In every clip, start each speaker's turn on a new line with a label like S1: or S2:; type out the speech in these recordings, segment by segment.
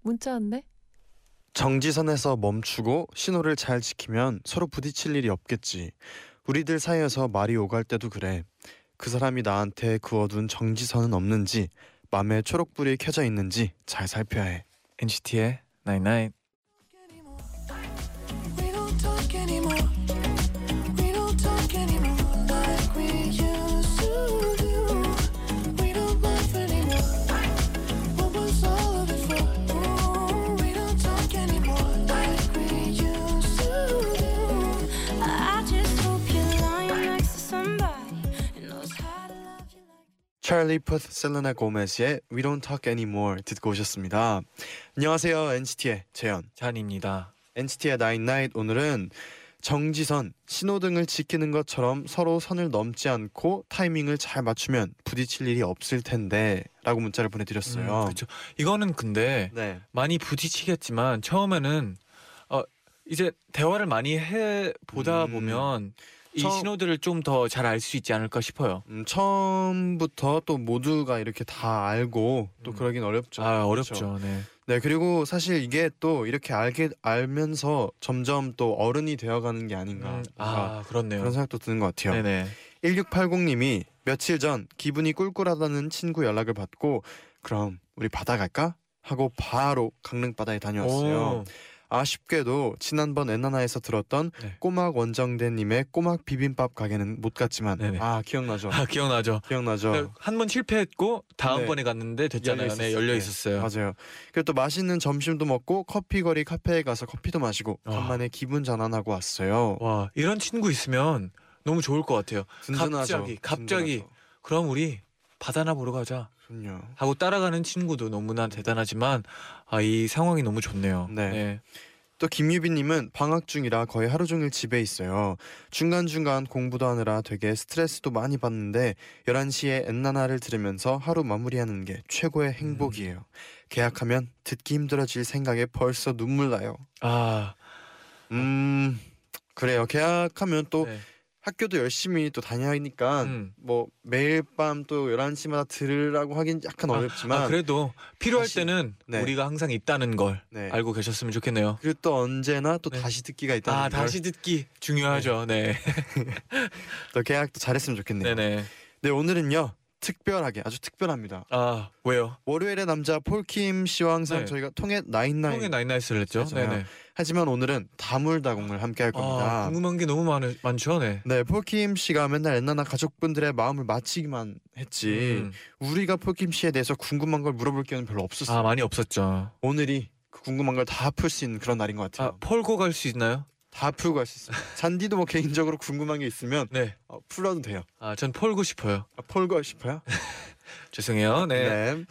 S1: 문자 왔네.
S2: 정지선에서 멈추고 신호를 잘 지키면 서로 부딪힐 일이 없겠지. 우리들 사이에서 말이 오갈 때도 그래. 그 사람이 나한테 그어둔 정지선은 없는지, 맘에 초록불이 켜져 있는지 잘 살펴야 해.
S3: NCT의 Night Night.
S4: We don't talk anymore We don't talk anymore like we used to do We don't laugh anymore What was all of it for? Ooh, We don't talk anymore like we used to do I just hope you're lying next to somebody who knows how to love you like
S2: 찰리 푸트 셀레나 고메즈의 We Don't Talk Anymore 듣고 오셨습니다. 안녕하세요 NCT의 재현.
S3: 잔입니다.
S2: NCT의 Nine Night 오늘은 정지선 신호등을 지키는 것처럼 서로 선을 넘지 않고 타이밍을 잘 맞추면 부딪힐 일이 없을 텐데라고 문자를 보내드렸어요.
S3: 그렇죠. 이거는 근데
S2: 네.
S3: 많이 부딪히겠지만 처음에는 어, 이제 대화를 많이 해 보다
S2: 음.
S3: 보면 이
S2: 처-
S3: 신호들을 좀 더 잘 알 수 있지 않을까 싶어요.
S2: 음, 처음부터 또 모두가 이렇게 다 알고 또
S3: 음.
S2: 그러긴 어렵죠.
S3: 아
S2: 그렇죠.
S3: 어렵죠. 네.
S2: 네 그리고 사실 이게 또 이렇게 알게 알면서 점점 또 어른이 되어가는 게 아닌가.
S3: 음,
S2: 뭔가
S3: 아 그렇네요.
S2: 그런 생각도 드는 것 같아요.
S3: 네네.
S2: 1680님이 며칠 전 기분이 꿀꿀하다는 친구 연락을 받고 그럼 우리 바다 갈까? 하고 바로 강릉 바다에 다녀왔어요.
S3: 오,
S2: 아쉽게도 지난번 엔나나에서 들었던
S3: 네.
S2: 꼬막 원정대님의 꼬막 비빔밥 가게는 못 갔지만
S3: 네네.
S2: 아 기억나죠.
S3: 아 기억나죠.
S2: 기억나죠.
S3: 한 번 실패했고 다음 번에 갔는데 됐잖아요.
S2: 어. 네. 열려
S3: 네,
S2: 있었어요.
S3: 열려
S2: 네.
S3: 있었어요.
S2: 맞아요. 그리고 또 맛있는 점심도 먹고 커피거리 카페에 가서 커피도 마시고
S3: 와.
S2: 간만에 기분 전환하고 왔어요.
S3: 와 이런 친구 있으면 너무 좋을 것 같아요.
S2: 든든하죠.
S3: 갑자기, 갑자기.
S2: 든든하죠.
S3: 그럼 우리 바다나 보러 가자
S2: 그럼요.
S3: 하고 따라가는 친구도 너무나 대단하지만 아, 이 상황이 너무 좋네요.
S2: 네. 또 김유빈님은 방학 중이라 거의 하루 종일 집에 있어요. 중간중간 공부도 하느라 되게 스트레스도 많이 받는데 11시에 엔나나를 들으면서 하루 마무리하는 게
S3: 음.
S2: 최고의 행복이에요. 계약하면 듣기 힘들어질 생각에 벌써 눈물 나요.
S3: 아
S2: 음 그래요. 계약하면 또
S3: 네.
S2: 학교도 열심히 또 다녀야 하니까
S3: 음.
S2: 뭐 매일 밤 또 11시마다 들으라고 하긴 약간 어렵지만
S3: 아, 그래도 필요할
S2: 다시-
S3: 때는
S2: 네.
S3: 우리가 항상 있다는 걸
S2: 네.
S3: 알고 계셨으면 좋겠네요.
S2: 그리고 또 언제나 또
S3: 네.
S2: 다시 듣기가 있다는
S3: 아
S2: 걸
S3: 다시 듣기 중요하죠. 네.
S2: 또 계약도 잘했으면 좋겠네요.
S3: 네. 네.
S2: 네 오늘은요 특별하게 아주 특별합니다
S3: 아 왜요?
S2: 월요일의 남자 폴킴 씨와 항상
S3: 네.
S2: 저희가 통해 나인나인
S3: 형의 나인나이스를 했죠.
S2: 했잖아요.
S3: 네네.
S2: 하지만 오늘은 다물다공을 함께 할
S3: 아,
S2: 겁니다
S3: 궁금한 게 너무 많 많죠. 네.
S2: 네 폴킴 씨가 맨날 옛날나 가족분들의 마음을 맞히기만 했지
S3: 음.
S2: 우리가 폴킴 씨에 대해서 궁금한 걸 물어볼 기회는 별로 없었어요
S3: 아 많이 없었죠.
S2: 오늘이 그 궁금한 걸 다 풀 수 있는 그런 날인 것
S3: 아
S2: 같아요
S3: 폴고 갈 수 있나요?
S2: 다 풀고 할 수 있어요 잔디도 뭐 개인적으로 궁금한 게 있으면
S3: 네.
S2: 어, 풀어도 돼요
S3: 아 전 폴고 싶어요.
S2: 아, 폴고 싶어요?
S3: 죄송해요. 네.
S2: 네.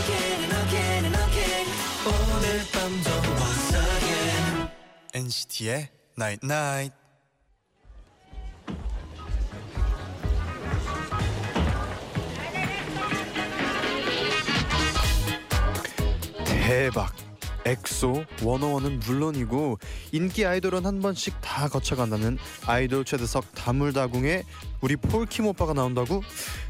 S4: Again and again and again 오늘 밤도 once again
S2: NCT의 나이트 나이트 대박 엑소 원어원은 물론이고 인기 아이돌은 한 번씩 다 거쳐간다는 아이돌 최대석 다물다궁에 우리 폴킴 오빠가 나온다고?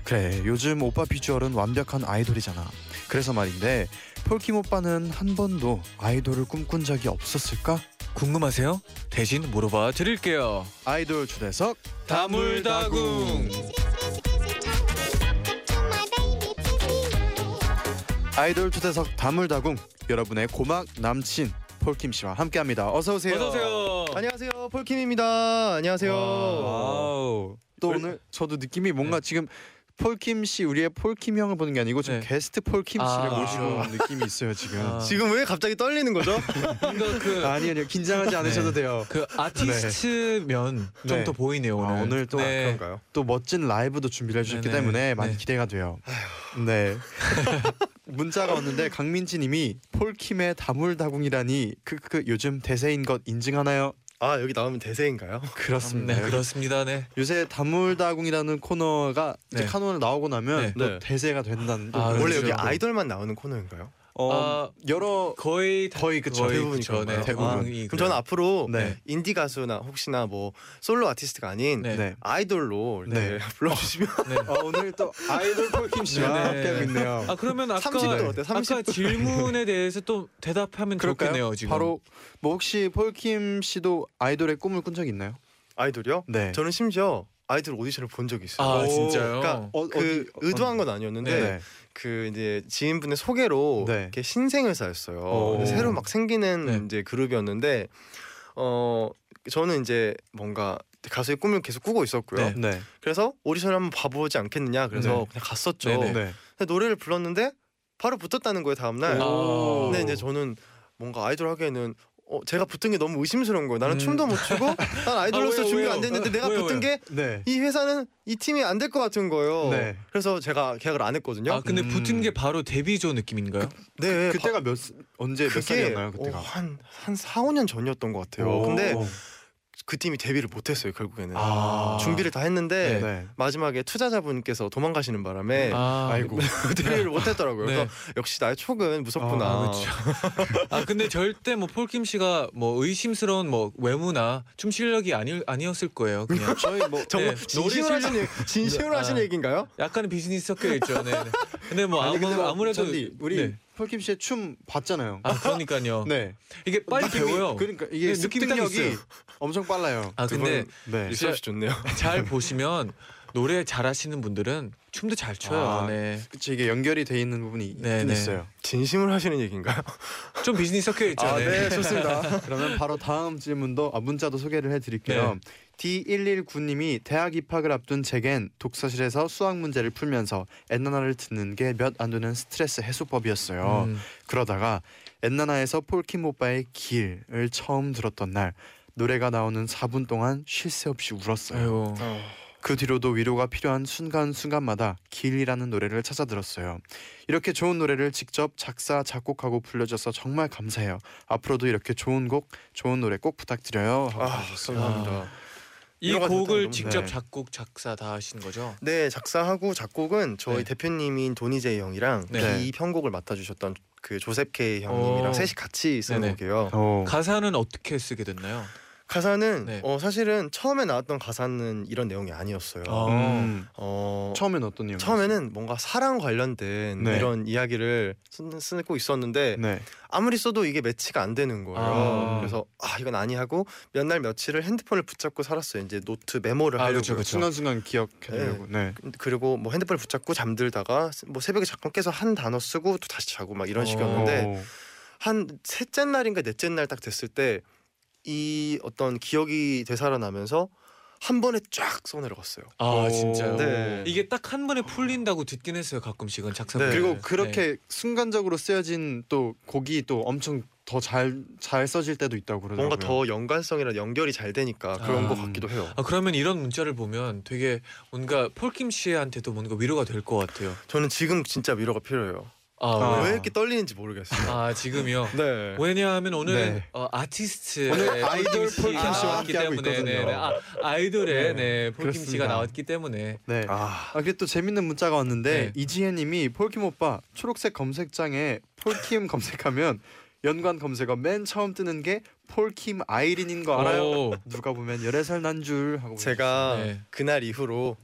S2: 그래 요즘 오빠 비주얼은 완벽한 아이돌이잖아 그래서 말인데 폴킴 오빠는 한 번도 아이돌을 꿈꾼 적이 없었을까?
S3: 궁금하세요? 대신 물어봐 드릴게요.
S2: 아이돌 초대석
S3: 다물다궁.
S2: 아이돌 초대석 다물다궁 여러분의 고막 남친 폴킴 씨와 함께합니다. 어서 오세요.
S3: 어서 오세요.
S5: 안녕하세요 폴킴입니다 안녕하세요
S3: 와우.
S2: 또 오늘 저도 느낌이 뭔가 지금 폴킴 씨 우리의 폴킴 형을 보는 게 아니고 지금
S3: 네. 네.
S2: 게스트 폴킴 씨를
S3: 아.
S2: 모시고 온 느낌이 있어요 지금.
S3: 아.
S5: 지금 왜 갑자기 떨리는 거죠?
S3: 뭔가 그,
S2: 아니 아니요 긴장하지 않으셔도 돼요.
S3: 그 아티스트면 좀
S2: 네.
S3: 더 보이네요 오늘.
S2: 아, 오늘 또
S3: 네.
S5: 그런가요?
S2: 또 멋진 라이브도 준비를 해주셨기
S3: 네네.
S2: 때문에 많이
S3: 네.
S2: 기대가 돼요. 네. 문자가 왔는데 강민지님이 폴킴의 다물다궁이라니 크크 요즘 대세인 것 인증하나요?
S5: 아 여기 나오면 대세인가요?
S2: 그렇습니다.
S3: 네, 그렇습니다. 네.
S2: 요새 다물다궁이라는 코너가 이제
S3: 네.
S2: 카노를 나오고 나면
S3: 네.
S2: 또
S5: 네.
S2: 대세가 된다는
S3: 아,
S5: 원래
S3: 그렇죠.
S5: 여기 아이돌만 나오는 코너인가요?
S2: 어,
S3: 아,
S2: 여러
S3: 거의 다-
S2: 거의 그쵸.
S5: 대부분이
S3: 그쵸.
S5: 그런가요?
S3: 네,
S2: 대부분이
S5: 아,
S3: 대부분이
S5: 그럼 저는 앞으로
S2: 네.
S5: 인디 가수나 혹시나 뭐 솔로 아티스트가 아닌
S3: 네.
S2: 네.
S5: 아이돌로
S2: 네.
S5: 이렇게 불러주시면
S3: 네.
S2: 아, 오늘 또 아이돌 폴킴 씨와
S3: 네.
S2: 함께하고 있네요.
S3: 아 그러면 아까
S5: 30분 어때요?
S3: 아까
S5: 30분.
S3: 질문에 대해서 또 대답하면
S2: 그럴까요?
S3: 좋겠네요. 지금
S2: 바로 뭐 혹시 폴킴 씨도 아이돌의 꿈을 꾼 적 있나요?
S5: 아이돌이요?
S2: 네.
S5: 저는 심지어 아이돌 오디션을 본 적이 있어요.
S3: 아
S2: 오,
S3: 진짜요?
S5: 그러니까
S2: 어,
S5: 그
S2: 어디-
S5: 의도한 건 아니었는데
S2: 네.
S5: 그 이제 지인분의 소개로
S2: 네.
S5: 이렇게 신생 회사였어요.
S2: 오.
S5: 근데 새로 막 생기는
S3: 네.
S5: 이제 그룹이었는데 어 저는 이제 뭔가 가수의 꿈을 계속 꾸고 있었고요.
S3: 네.
S2: 네.
S5: 그래서 오디션을 한번 봐보지 않겠느냐 그래서
S3: 네.
S5: 그냥 갔었죠.
S3: 네네.
S5: 근데
S2: 네.
S5: 노래를 불렀는데 바로 붙었다는 거예요 다음 날.
S3: 아.
S5: 근데 이제 저는 뭔가 아이돌 하기에는 어, 제가 붙은 게 너무 의심스러운 거예요. 나는
S3: 음.
S5: 춤도 못 추고 난 아이돌로서
S3: 아, 왜요,
S5: 준비
S3: 왜요?
S5: 안 됐는데 내가
S3: 왜요,
S5: 붙은
S3: 왜요?
S5: 게
S2: 네.
S5: 이 회사는 이 팀이 안 될 것 같은 거예요.
S2: 네.
S5: 그래서 제가 계약을 안 했거든요.
S3: 아 근데
S2: 음.
S3: 붙은 게 바로 데뷔조 느낌인가요?
S5: 네, 바-
S2: 그때가 몇 스- 언제 네, 몇 살이었나요?
S5: 어,
S2: 그때가.
S5: 한, 한 4, 5년 전이었던 것 같아요.
S3: 어,
S2: 오. 네.
S5: 근데 그 팀이 데뷔를 못했어요 결국에는.
S2: 아.
S5: 준비를 다 했는데
S2: 네.
S5: 마지막에 투자자분께서 도망가시는 바람에 그
S3: 아,
S2: 아이고.
S5: 데뷔를 못했더라고요.
S3: 네.
S5: 그래서 역시 나의 촉은 무섭구나.
S2: 아,
S3: 아 근데 절대 뭐 폴킴 씨가 뭐 의심스러운 뭐 외모나 춤 실력이 아니 아니었을 거예요. 그냥
S2: 저희 뭐
S5: 정말
S3: 네,
S5: 진심으로
S3: 노래
S5: 하시는 얘기- 진심으로
S3: 아.
S5: 하시는 얘기인가요?
S3: 약간은 비즈니스 섞여 있죠. 네. 네. 근데 뭐
S2: 아니,
S3: 아무,
S2: 근데 뭐
S3: 아무래도
S2: 잔디, 우리
S3: 네.
S2: 폴킴 씨의 춤 봤잖아요.
S3: 아 그러니까요.
S2: 네.
S3: 이게 빨리
S2: 느낌이-
S3: 배워요.
S2: 그러니까 이게
S3: 네, 느낌이 딱
S2: 습득력이
S3: 있어요.
S2: 엄청 빨라요.
S3: 아 근데
S2: 네.
S5: 리수 씨 좋네요.
S3: 잘 보시면 노래 잘하시는 분들은 춤도 잘 춰요.
S2: 아.
S3: 네.
S2: 그치 이게 연결이 돼 있는 부분이 있긴
S3: 네, 네.
S2: 있어요.
S5: 진심으로 하시는 얘기인가요?
S3: 좀 비즈니스 섞여 있죠.
S5: 아,
S3: 네.
S5: 네, 좋습니다.
S2: 그러면 바로 다음 질문도 아, 문자도 소개를
S5: 네.
S2: 해드릴게요. D119님이 대학 입학을 앞둔 제겐 독서실에서 수학 문제를 풀면서 엔나나를 듣는 게 몇 안 되는 스트레스 해소법이었어요.
S3: 음.
S2: 그러다가 엔나나에서 폴킴 오빠의 길을 처음 들었던 날 노래가 나오는 4분 동안 쉴 새 없이 울었어요.
S3: 아이고.
S2: 그 뒤로도 위로가 필요한 순간순간마다 길이라는 노래를 찾아 들었어요. 이렇게 좋은 노래를 직접 작사 작곡하고 불려줘서 정말 감사해요. 앞으로도 이렇게 좋은 곡, 좋은 노래 꼭 부탁드려요. 하고
S5: 아,
S2: 하셨어요.
S5: 감사합니다.
S3: 이
S5: 이런 거 듣다가
S3: 곡을
S5: 너무-
S3: 직접
S2: 네.
S3: 작곡 작사 다 하신 거죠?
S5: 네, 작사하고 작곡은 저희
S3: 네.
S5: 대표님인 도니제이 형이랑
S3: 네.
S5: 비 편곡을 맡아주셨던 그 조셉 케이 형님이랑
S3: 오.
S5: 셋이 같이 쓴
S3: 네네.
S5: 곡이에요.
S2: 오.
S3: 가사는 어떻게 쓰게 됐나요?
S5: 가사는
S3: 네.
S5: 어, 사실은 처음에 나왔던 가사는 이런 내용이 아니었어요.
S3: 아.
S2: 음.
S5: 어,
S2: 처음엔 어떤 내용?
S5: 처음에는 뭔가 사랑 관련된
S2: 네.
S5: 이런 이야기를 쓰- 쓰고 있었는데
S2: 네.
S5: 아무리 써도 이게 매치가 안 되는 거예요.
S3: 아.
S5: 그래서 아 이건 아니 하고 몇 날 며칠을 핸드폰을 붙잡고 살았어요. 이제 노트 메모를
S3: 아,
S5: 하려고
S3: 그쵸,
S2: 그렇죠.
S3: 그쵸.
S2: 순간순간 기억해내려고. 네.
S5: 그리고 뭐 핸드폰을 붙잡고 잠들다가 뭐 새벽에 잠깐 깨서 한 단어 쓰고 또 다시 자고 막 이런
S3: 어.
S5: 식이었는데 한 셋째 날인가 넷째 날 딱 됐을 때 이 어떤 기억이 되살아나면서 한 번에 쫙 써내려갔어요.
S3: 아
S2: 오.
S3: 진짜요?
S5: 네.
S3: 이게 딱 한 번에 풀린다고 듣긴 했어요. 가끔씩은 작사분.
S5: 네.
S2: 그리고 그렇게 순간적으로 쓰여진 또 곡이 또 엄청 더 잘 잘 써질 때도 있다고 그러더라고요.
S5: 뭔가 더 연관성이랑 연결이 잘 되니까 그런
S3: 아.
S5: 것 같기도 해요.
S3: 아 그러면 이런 문자를 보면 되게 뭔가 폴킴 씨한테도 뭔가 위로가 될 것 같아요.
S5: 저는 지금 진짜 위로가 필요해요.
S3: 아,
S2: 아.
S5: 왜
S3: 왜요?
S5: 이렇게 떨리는지 모르겠어요.
S3: 아 지금요.
S5: 네.
S3: 왜냐하면 오늘은
S2: 네.
S3: 어, 아티스트 네,
S2: 오늘 아이돌 폴킴
S5: 씨와
S3: 왔기
S2: 함께하고
S3: 때문에
S2: 있거든요.
S3: 네, 네. 아, 아이돌의
S2: 네,
S3: 네, 폴킴
S2: 그렇습니다.
S3: 씨가 나왔기 때문에
S2: 네.
S5: 아.
S2: 아 그리고 또 재밌는 문자가
S3: 네.
S2: 왔는데 이지혜님이 폴킴 오빠 초록색 검색창에 폴킴 검색하면 연관 검색어 맨 처음 뜨는 게 폴킴 아이린인 거 알아요?
S3: 오.
S2: 누가 보면 열애 살난 줄 하고
S5: 제가
S3: 네.
S5: 그날 이후로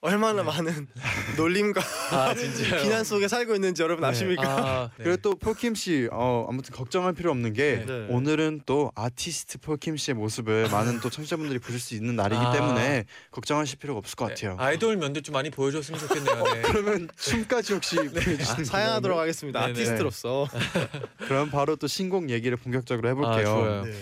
S5: 얼마나 많은 놀림과
S3: 아 진짜요.
S5: 비난 속에 살고 있는지 여러분
S2: 네.
S5: 아십니까?
S3: 아, 네.
S2: 그리고 또 폴킴 씨 어, 아무튼 걱정할 필요 없는 게
S5: 네.
S2: 오늘은 또 아티스트 폴킴 씨의 모습을 많은 또 청취자분들이 보실 수 있는 날이기
S3: 아.
S2: 때문에 걱정하실 필요가 없을 것
S3: 네.
S2: 같아요.
S3: 아이돌 면도 좀 많이 보여줬으면 좋겠네요. 네.
S2: 그러면 춤까지 혹시 보여주시는
S5: 아, 사양하도록 하겠습니다.
S3: 아. 네네.
S5: 아티스트로서.
S2: 그럼 바로 또 신곡 얘기를 본격적으로 해볼게요.
S3: 아, 좋아요.
S5: 네.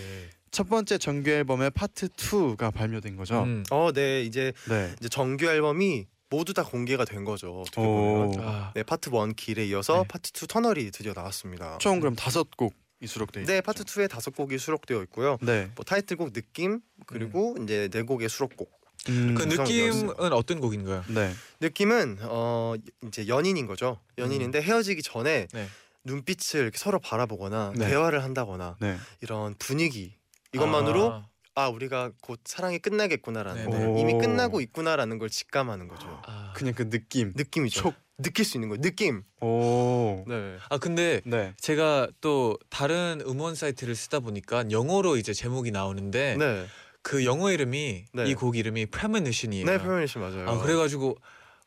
S2: 첫 번째 정규 앨범의 파트 2가 발표된 거죠.
S3: 음.
S5: 어, 네. 이제
S2: 네.
S5: 이제 정규 앨범이 모두 다 공개가 된 거죠. 어떻게
S2: 오.
S5: 보면.
S3: 아,
S5: 네, 파트 1 길에 이어서
S3: 네.
S5: 파트 2 터널이 드디어 나왔습니다.
S2: 총 그럼 다섯 곡이 수록돼 있죠.
S5: 네, 파트 2에 다섯 곡이 수록되어 있고요.
S2: 네.
S5: 뭐 타이틀곡 느낌 그리고 이제 네 곡의 수록곡
S2: 음,
S3: 그
S5: 구성이었어요.
S3: 느낌은 어떤 곡인가요?
S2: 네.
S5: 느낌은 어 이제 연인인 거죠. 연인인데 헤어지기 전에
S3: 음. 네.
S5: 눈빛을 이렇게 서로 바라보거나
S2: 네.
S5: 대화를 한다거나
S2: 네.
S5: 이런 분위기 이것만으로
S3: 아.
S5: 아, 우리가 곧 사랑이 끝나겠구나라는
S3: 네네.
S5: 걸, 이미
S2: 오.
S5: 끝나고 있구나라는 걸 직감하는 거죠.
S3: 아.
S2: 그냥 그 느낌.
S5: 느낌이죠.
S2: 촉.
S5: 느낄 수 있는 거 느낌.
S2: 오.
S5: 네.
S3: 아 근데
S2: 네.
S3: 제가 또 다른 음원 사이트를 쓰다 보니까 영어로 이제 제목이 나오는데
S5: 네.
S3: 그 영어 이름이
S5: 네.
S3: 이 곡 이름이 Premonition이에요.
S5: 네, 페미니즘 맞아요.
S3: 아 그래가지고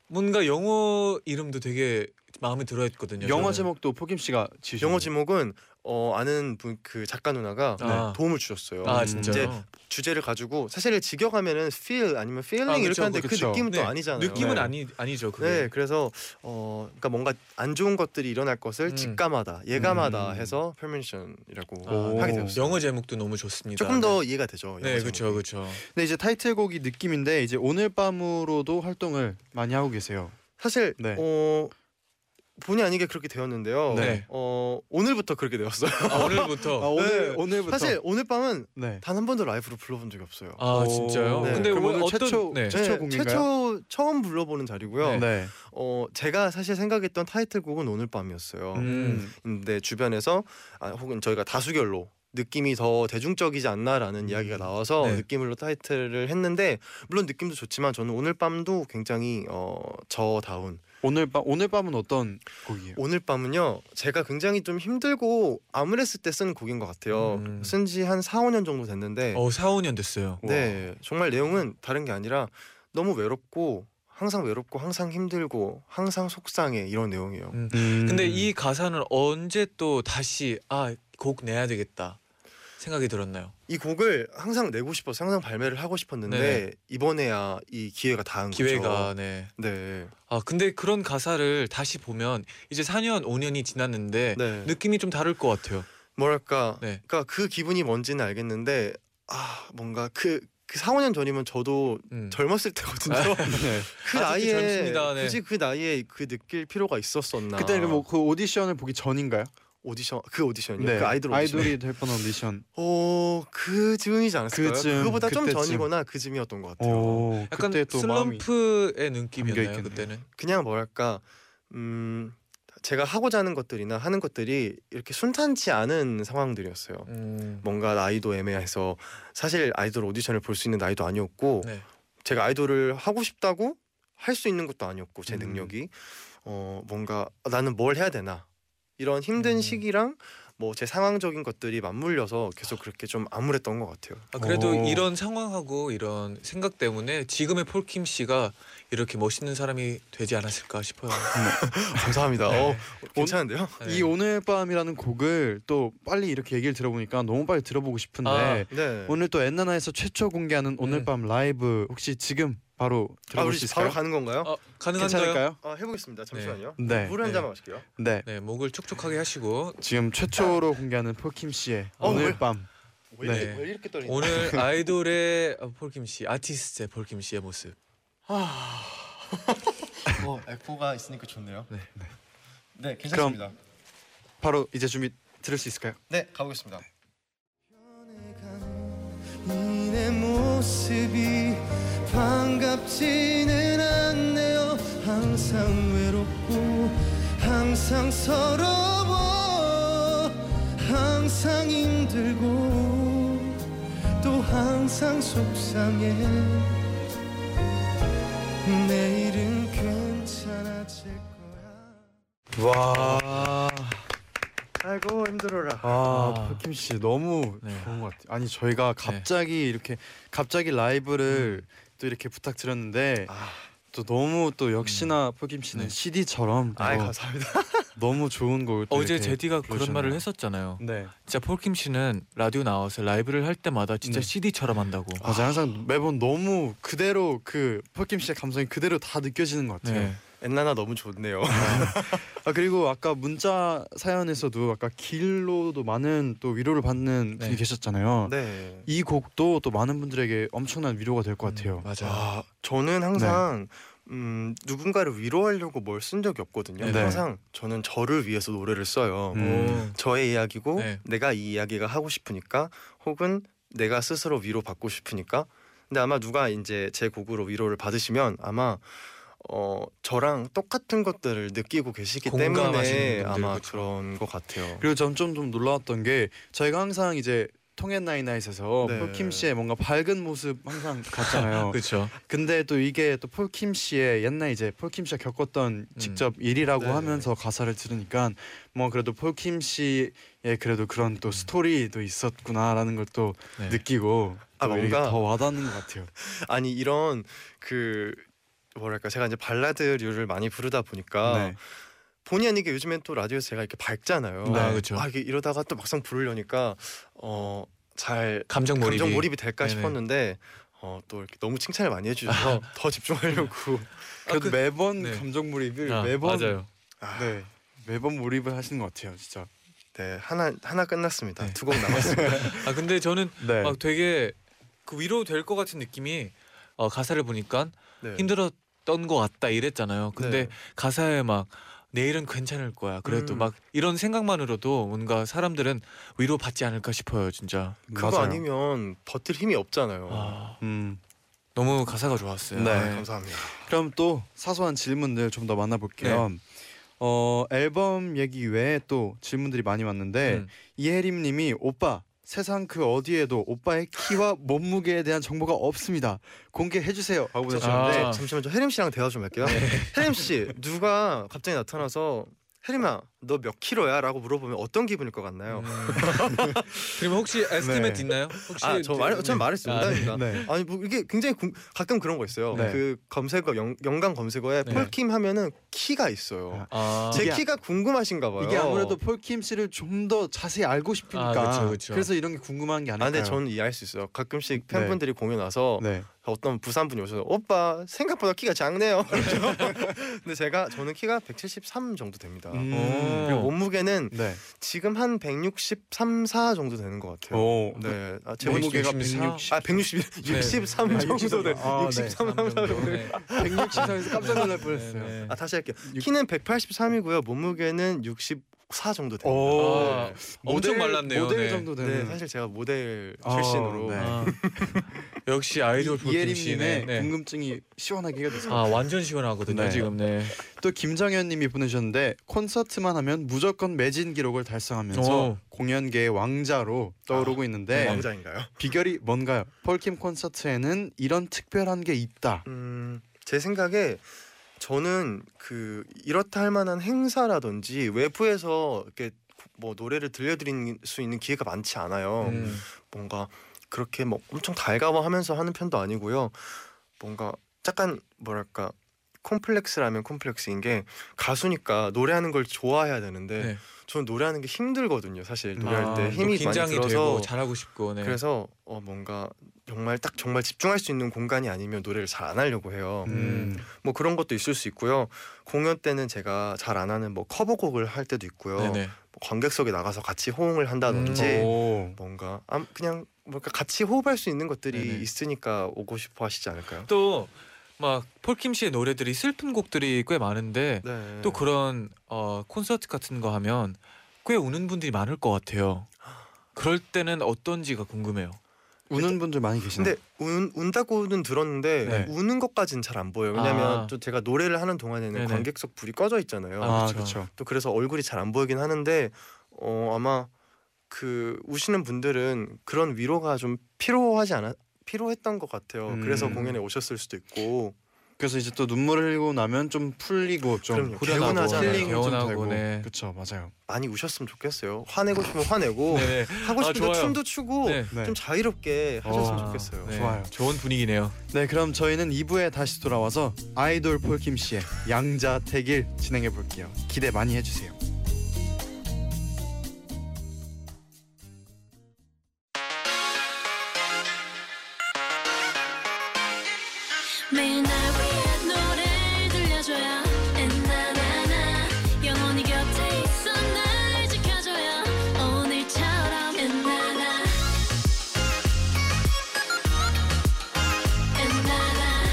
S3: 뭔가 영어 이름도 되게 마음에 들어했거든요.
S2: 영어
S3: 저는.
S2: 제목도 포김 씨가 지으신
S5: 네.
S3: 네.
S5: 영어
S2: 거죠?
S5: 제목은 어 아는 분 그 작가 누나가
S3: 아.
S5: 도움을 주셨어요.
S3: 아
S2: 음,
S3: 진짜요?
S5: 이제 주제를 가지고 사실 직역하면은 feel 아니면 feeling
S3: 아, 그쵸,
S5: 이렇게 하는데 그
S2: 그쵸.
S5: 느낌은
S3: 네,
S5: 또 아니잖아요.
S3: 느낌은
S5: 네.
S3: 아니 아니죠. 그게.
S5: 네, 그래서 어 그러니까 뭔가 안 좋은 것들이 일어날 것을
S3: 음.
S5: 직감하다, 예감하다
S2: 음.
S5: 해서 permission이라고
S3: 아,
S5: 하게 되었어요.
S3: 영어 제목도 너무 좋습니다.
S5: 조금 더 이해가 되죠.
S3: 네,
S5: 영어
S3: 그렇죠,
S5: 제목이.
S3: 그렇죠.
S2: 근데 이제 타이틀곡이 느낌인데 이제 오늘 밤으로도 활동을 많이 하고 계세요.
S5: 사실
S2: 네.
S5: 어 본의 아니게 그렇게 되었는데요.
S3: 네.
S5: 어 오늘부터 그렇게 되었어요.
S3: 아, 오늘부터.
S5: 오늘-
S2: 오늘부터
S5: 사실 오늘 밤은
S2: 네.
S5: 단 한 번도 라이브로 불러본 적이 없어요.
S3: 아
S2: 오,
S3: 진짜요?
S5: 네.
S3: 근데
S2: 그럼
S3: 오늘
S2: 오늘
S3: 어떤
S2: 최초-
S3: 네.
S2: 최초 곡인가요?
S5: 최초 처음 불러보는 자리고요.
S2: 네.
S5: 어 제가 사실 생각했던 타이틀곡은 오늘 밤이었어요.
S3: 음.
S5: 근데 주변에서 아, 혹은 저희가 다수결로 느낌이 더 대중적이지
S2: 음.
S5: 않나라는 이야기가 나와서
S3: 네.
S5: 느낌으로 타이틀을 했는데 물론 느낌도 좋지만 저는 오늘 밤도 굉장히 어, 저다운
S2: 오늘 밤 오늘 밤은 어떤 곡이에요?
S5: 오늘 밤은요 제가 굉장히 좀 힘들고 암울했을 때 쓴 곡인 것 같아요
S3: 음.
S5: 쓴 지 한 4, 5년 정도 됐는데
S3: 어 4, 5년 됐어요.
S5: 네 정말 내용은 다른 게 아니라 너무 외롭고 항상 외롭고 항상 힘들고 항상 속상해 이런 내용이에요
S2: 음.
S3: 근데 이 가사는 언제 또 다시 아 곡 내야 되겠다 생각이 들었나요?
S5: 이 곡을 항상 내고 싶어서 항상 발매를 하고 싶었는데
S3: 네.
S5: 이번에야 이 기회가 닿은
S3: 기회가
S5: 거죠.
S3: 네.
S5: 네.
S3: 아 근데 그런 가사를 다시 보면 이제 4년 5년이 지났는데
S5: 네.
S3: 느낌이 좀 다를 것 같아요.
S5: 뭐랄까?
S3: 네.
S5: 그러니까 그 기분이 뭔지는 알겠는데 아, 뭔가 그, 그 4, 5년 전이면 저도
S3: 음.
S5: 젊었을 때거든요.
S2: 네.
S5: 그
S3: 아직도
S5: 나이에
S3: 젊습니다. 네.
S5: 굳이 그 나이에 그 느낄 필요가 있었었나?
S2: 그때 뭐그 오디션을 보기 전인가요? 네.
S5: 오디션 그 오디션이요.
S3: 네.
S5: 그 아. 아이돌 오디션.
S2: 아이돌이 될 뻔한 오디션.
S5: 어, 그 즈음이지 않았을까요?
S2: 그쯤,
S5: 보다좀
S2: 그때쯤.
S5: 전이거나 그 즈음이었던 것 같아요.
S2: 오,
S3: 약간
S2: 그때 또 마음이
S3: 슬럼프의 눈길이었나요
S2: 담겨있겠네요.
S3: 그때는?
S5: 그냥 뭐랄까 음 제가 하고자 하는 것들이나 하는 것들이 이렇게 순탄치 않은 상황들이었어요.
S3: 음.
S5: 뭔가 나이도 애매해서 사실 아이돌 오디션을 볼 수 있는 나이도 아니었고
S3: 네.
S5: 제가 아이돌을 하고 싶다고 할 수 있는 것도 아니었고 제
S2: 음.
S5: 능력이 어 뭔가 나는 뭘 해야 되나 이런 힘든
S3: 음.
S5: 시기랑 뭐 제 상황적인 것들이 맞물려서 계속 그렇게 좀 암울했던 것 같아요.
S3: 아, 그래도
S2: 오.
S3: 이런 상황하고 이런 생각 때문에 지금의 폴킴 씨가 이렇게 멋있는 사람이 되지 않았을까 싶어요.
S5: 감사합니다.
S2: 네.
S5: 어, 괜찮은데요?
S3: 네.
S2: 이 오늘 밤이라는 곡을 또 빨리 이렇게 얘기를 들어보니까 너무 빨리 들어보고 싶은데
S3: 아,
S5: 네.
S2: 오늘 또 엔나나에서 최초 공개하는 오늘
S3: 음.
S2: 밤 라이브 혹시 지금 바로
S5: 아
S2: 들어볼
S5: 우리
S2: 수 있을까요?
S5: 바로 가는 건가요?
S3: 어, 가능한가요?
S2: 괜찮을까요?
S5: 아, 해보겠습니다. 잠시만요.
S2: 네.
S5: 물 한
S3: 네.
S5: 잔 마실게요.
S2: 네.
S3: 네 목을 촉촉하게 하시고
S2: 지금 최초로 공개하는 폴킴 씨의
S5: 어,
S2: 오늘
S5: 왜?
S2: 밤.
S5: 왜,
S3: 네.
S5: 이렇게- 왜 이렇게 떨리냐?
S3: 오늘 아이돌의 폴킴 씨 아티스트의 폴킴 씨의 모습.
S5: 뭐 에코가 있으니까 좋네요.
S3: 네.
S5: 네, 괜찮습니다.
S2: 바로 이제 준비 들을 수 있을까요?
S5: 네, 가보겠습니다.
S4: 이내 모습이 반갑지는 않네요 항상 외롭고 항상 서러워 항상 힘들고 또 항상 속상해 내일은 괜찮아질 거야
S2: 와.
S5: 아이고 힘들어라.
S2: 아,
S3: 아.
S2: 폴킴 씨 너무
S3: 네.
S2: 좋은 것 같아요. 아니
S5: 네.
S2: 저희가 갑자기 이렇게 갑자기 라이브를 또 이렇게 부탁드렸는데
S5: 음. 아, 음.
S2: 또 너무 또 역시나 폴킴 씨는
S3: 네.
S2: CD처럼
S3: 어.
S5: 아이
S2: 또
S5: 감사합니다.
S2: 너무 좋은 곡을 또
S3: 어제
S2: 이렇게
S3: 제디가 그런
S2: 불러주셨네요.
S3: 말을 했었잖아요.
S2: 네.
S3: 진짜 폴킴 씨는 라디오 나와서 라이브를 할 때마다 진짜
S2: 네.
S3: CD처럼 한다고.
S2: 맞아 항상 매번 너무 그대로 그 폴킴 씨의 감성이 그대로 다 느껴지는 것 같아요. 음,
S3: 네.
S5: 엔나나 너무 좋네요.
S2: 아 그리고 아까 문자 사연에서도 아까 길로도 많은 또 위로를 받는
S3: 네.
S2: 분이 계셨잖아요.
S5: 네.
S2: 이 곡도 또 많은 분들에게 엄청난 위로가 될 것 같아요.
S3: 음, 맞아요.
S5: 아, 저는 항상 음, 누군가를 위로하려고 뭘 쓴 적이 없거든요.
S3: 네.
S5: 항상 저는 저를 위해서 노래를 써요. 뭐
S2: 음.
S5: 저의 이야기고
S3: 네.
S5: 내가 이 이야기가 하고 싶으니까 혹은 내가 스스로 위로받고 싶으니까 근데 아마 누가 이제 제 곡으로 위로를 받으시면 아마 어 저랑 똑같은 것들을 느끼고 계시기 때문에
S3: 공감하시는 분들,
S5: 아마
S3: 그쵸.
S5: 그런것 같아요.
S2: 그리고 전 좀 좀 놀라웠던 게 저희가 항상 이제 통의 나이나잇에서
S5: 네.
S2: 폴킴 씨의 뭔가 밝은 모습 항상 봤잖아요.
S3: 그렇죠.
S2: 근데 또 이게 또 폴킴 씨의 옛날 이제 폴킴 씨가 겪었던
S3: 음.
S2: 직접 일이라고
S5: 네.
S2: 하면서 가사를 들으니까 뭐 그래도 폴킴 씨의 그래도 그런 또 스토리도 있었구나라는 걸 또
S3: 네.
S2: 느끼고
S5: 아,
S2: 또 이게
S5: 뭔가-
S2: 더 와닿는 것 같아요.
S5: 아니 이런 그 뭐랄까 제가 이제 발라드류를 많이 부르다
S3: 아,
S5: 보니까
S2: 네.
S5: 본의 아니게 요즘엔 또 라디오에서 제가 이렇게 밝잖아요.
S3: 네. 아, 그쵸.
S5: 이게 이러다가 또 막상 부르려니까 어, 어잘
S3: 감정 몰입이.
S5: 감정 몰입이 될까
S3: 네네.
S5: 싶었는데 어, 또 이렇게 너무 칭찬을 많이 해주셔서 더 집중하려고
S3: 아,
S2: 그래도
S3: 그-
S2: 매번
S3: 네.
S2: 감정 몰입을
S3: 아,
S2: 매번
S3: 맞아요.
S2: 네 매번 몰입을 하시는 것 같아요, 진짜.
S5: 네 하나 하나 끝났습니다.
S2: 네.
S5: 두 곡 남았습니다.
S3: 아 근데 저는
S2: 네.
S3: 막 되게 그 위로 될 것 같은 느낌이 어, 가사를 보니까
S5: 네.
S3: 힘들었던 것 같다 이랬잖아요. 근데
S5: 네.
S3: 가사에 막 내일은 괜찮을 거야. 그래도
S5: 음.
S3: 막 이런 생각만으로도 뭔가 사람들은 위로 받지 않을까 싶어요, 진짜.
S5: 그거
S2: 맞아요.
S5: 아니면 버틸 힘이 없잖아요.
S3: 아,
S2: 음.
S3: 너무 가사가 좋았어요.
S2: 네.
S5: 아, 감사합니다.
S2: 그럼 또 사소한 질문들 좀 더 만나볼게요.
S3: 네.
S2: 어 앨범 얘기 외에 또 질문들이 많이 왔는데
S3: 음.
S2: 이혜림님이 오빠 세상 그 어디에도 오빠의 키와 몸무게에 대한 정보가 없습니다. 공개해 주세요. 하고 보내주셨는데
S3: 아.
S5: 잠시만 저 혜림 씨랑 대화 좀 할게요.
S2: 네.
S5: 혜림 씨 누가 갑자기 나타나서 혜림아 너 몇 킬로야?라고 물어보면 어떤 기분일 것
S2: 음,
S5: 같나요?
S3: 음. 그럼 혹시 에스티메트
S2: 네.
S3: 있나요? 혹시
S5: 아저 말, 전 말했어요.
S3: 아, 네.
S5: 농담입니다.
S2: 네.
S5: 아니 뭐 이게 굉장히 궁- 가끔 그런 거 있어요.
S2: 네.
S5: 그 검색어 영, 강 검색어에
S3: 네.
S5: 폴킴 하면은 키가 있어요.
S3: 아,
S5: 제
S2: 이게-
S5: 키가 궁금하신가 봐요.
S2: 이게 아무래도 폴킴 씨를 좀 더 자세히 알고 싶으니까
S3: 아, 그쵸, 네, 그쵸.
S2: 래서 이런 게 궁금한 게
S5: 아
S2: 아닐까요?
S5: 근데 저는 이해할 수 있어요. 가끔씩 팬분들이 공연 와서
S2: 네.
S5: 어떤 부산 분이 오셔서 오빠 생각보다 키가 작네요. 근데 제가 저는 키가 173 정도 됩니다.
S2: 음.
S3: 오.
S5: 그리고 몸무게는
S2: 네.
S5: 지금 한 163, 4 정도 되는 것 같아요.
S2: 오. 그
S5: 네, 아, 제 몸무게
S2: 몸무게가
S3: 164?
S2: 160.
S5: 아 160,
S3: 네.
S5: 63
S2: 네.
S5: 정도 돼.
S2: 아, 네.
S5: 63, 3 정도 돼.
S2: 160에서 깜짝 놀랄 뻔했어요.
S3: 네.
S5: 아 다시 할게요.
S2: 육-
S5: 키는 183이고요. 몸무게는 64 정도 됩니다.
S2: 오.
S3: 아, 엄청 말랐네요.
S2: 뭐 모델
S3: 네.
S2: 정도 되는.
S5: 네, 사실 제가 모델
S2: 아,
S5: 출신으로
S2: 네.
S3: 아, 역시 아이돌
S2: 이- 이혜림
S3: 볼킴 씨네.
S2: 님의
S3: 네.
S2: 궁금증이 시원하게 해결됐어요.
S3: 아 완전 시원하거든요
S2: 네.
S3: 지금. 네.
S2: 또 김정현님이 보내셨는데 콘서트만 하면 무조건 매진 기록을 달성하면서
S3: 오. 아. 네.
S2: 공연계의 왕자로 떠오르고
S5: 네,
S2: 있는데
S5: 왕자인가요?
S2: 비결이 뭔가요? 폴킴 콘서트에는 이런 특별한 게 있다.
S5: 음, 제 생각에 저는 그 이렇다 할 만한 행사라든지 외부에서 이렇게 뭐 노래를 들려드릴 수 있는 기회가 많지 않아요.
S3: 음.
S5: 뭔가 그렇게 뭐 엄청 달가워하면서 하는 편도 아니고요. 뭔가 약간 뭐랄까 콤플렉스라면 콤플렉스인 게 가수니까 노래하는 걸 좋아해야 되는데
S3: 네.
S5: 저는 노래하는 게 힘들거든요. 사실 노래할
S3: 아,
S5: 때
S3: 또
S5: 힘이 많이
S3: 긴장이
S5: 들어서
S3: 되고 잘하고 싶고. 네.
S5: 그래서 어 뭔가 정말 딱 정말 집중할 수 있는 공간이 아니면 노래를 잘 안 하려고 해요.
S2: 음.
S5: 뭐 그런 것도 있을 수 있고요. 공연 때는 제가 잘 안 하는 뭐 커버곡을 할 때도 있고요.
S3: 네네.
S5: 뭐 관객석에 나가서 같이 호응을 한다든지
S3: 음.
S2: 오.
S5: 뭔가 암- 그냥 뭔가 같이 호흡할 수 있는 것들이
S3: 네네.
S5: 있으니까 오고 싶어 하시지 않을까요?
S3: 또 막 폴킴 씨의 노래들이 슬픈 곡들이 꽤 많은데
S5: 네.
S3: 또 그런 어, 콘서트 같은 거 하면 꽤 우는 분들이 많을 것 같아요. 그럴 때는 어떤지가 궁금해요.
S2: 우는 분들 많이 계시나요?
S5: 근데 운, 운다고는 들었는데
S3: 네.
S5: 우는 것까지는 잘 안 보여요. 왜냐면
S3: 아.
S5: 또 제가 노래를 하는 동안에는
S3: 네네.
S5: 관객석 불이 꺼져 있잖아요.
S3: 아,
S2: 아
S3: 그쵸.
S2: 그렇죠.
S5: 또 그래서 얼굴이 잘 안 보이긴 하는데 어 아마 그 우시는 분들은 그런 위로가 좀 필요하지 않아 필요했던 것 같아요.
S2: 음.
S5: 그래서 공연에 오셨을 수도 있고
S2: 그래서 이제 또 눈물을 흘리고 나면 좀 풀리고 좀
S5: 그럼요.
S3: 후련하고
S5: 개운하잖아요.
S2: 힐링 좀
S3: 개운하고,
S2: 되고.
S3: 네.
S2: 그렇죠, 맞아요.
S5: 많이 우셨으면 좋겠어요. 화내고 싶으면 화내고
S3: 네네.
S5: 하고
S3: 아,
S5: 싶은 데
S3: 좋아요.
S5: 춤도 추고
S3: 네.
S2: 네.
S5: 좀 자유롭게 하셨으면
S2: 어.
S5: 좋겠어요.
S3: 네.
S2: 좋아요.
S3: 좋은 분위기네요.
S2: 네, 그럼 저희는 2부에 다시 돌아와서 아이돌 폴킴 씨의 양자 태길 진행해 볼게요. 기대 많이 해주세요.
S1: 매일 날 위한 노래를 들려줘요 엔나나나 영원히 곁에 있어 날 지켜줘요 오늘처럼 엔나나 엔나나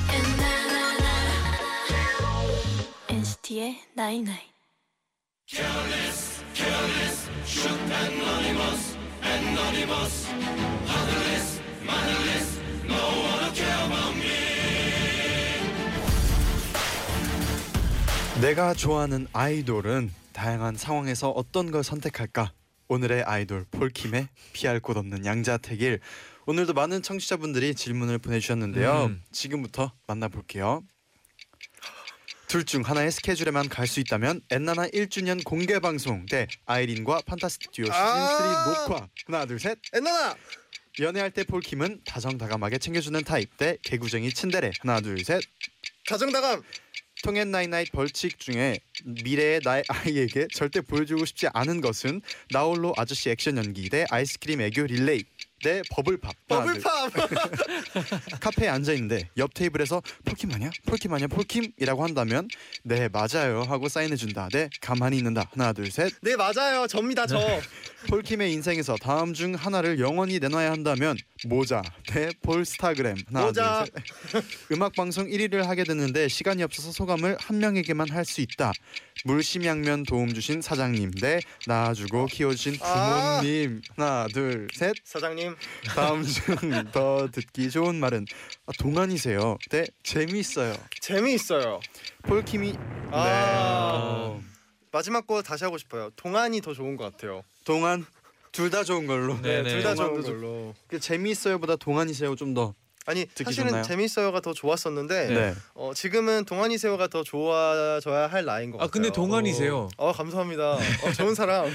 S1: 엔나나나 NCT의 나인나인
S4: Anonymous,
S2: 내가 좋아하는 아이돌은 다양한 상황에서 어떤 걸 선택할까? 오늘의 아이돌 폴킴의 피할 곳 없는 양자택일 오늘도 많은 청취자분들이 질문을 보내주셨는데요
S3: 음.
S2: 지금부터 만나볼게요 둘 중 하나의 스케줄에만 갈 수 있다면 엔나나 1주년 공개 방송 대 아이린과 판타스틱 듀오 시즌 3
S5: 아.
S2: 녹화 하나 둘셋
S5: 엔나나
S2: 연애할 때 폴킴은 다정다감하게 챙겨주는 타입 대 개구쟁이 친데레 하나 둘셋
S5: 다정다감
S2: 통엔 나잇나잇 벌칙 중에 미래의 나의 아이에게 절대 보여주고 싶지 않은 것은 나홀로 아저씨 액션 연기 대 아이스크림 애교 릴레이 대 버블팝
S5: 버블팝
S2: 카페에 앉아있는데 옆 테이블에서 폴킴 아니야? 폴킴 아니야? 폴킴이라고 한다면 네 맞아요 하고 사인해준다 네 가만히 있는다 하나 둘셋
S5: 네 맞아요 접니다 저
S2: 폴킴의 인생에서 다음 중 하나를 영원히 내놔야 한다면 모자 대 볼스타그램 하나
S5: 모자.
S2: 둘, 셋. 음악 방송 1위를 하게 됐는데 시간이 없어서 소감을 한 명에게만 할 수 있다 물심양면 도움 주신 사장님 대 낳아주고 키워주신
S5: 아.
S2: 부모님 하나 둘셋
S5: 사장님
S2: 다음 중 더 듣기 좋은 말은 아, 동안이세요 대 재미있어요
S5: 재미있어요
S2: 폴킴이
S5: 네. 아.
S2: 네
S5: 마지막 거 다시 하고 싶어요 동안이 더 좋은 것 같아요
S2: 동안 둘 다 좋은 걸로
S3: 네, 네네.
S5: 둘 다 좋은
S2: 동안도 좋-
S5: 걸로
S2: 그 재미있어요보다 동안이세요 좀더
S5: 아니
S2: 듣기
S5: 사실은
S2: 좋나요?
S5: 재미있어요가 더 좋았었는데
S3: 네.
S5: 어, 지금은 동안이 세요가 더 좋아져야 할 나이인 것
S3: 아,
S5: 같아요
S3: 근데 동안이세요.
S5: 어, 어, 감사합니다 어, 좋은 사람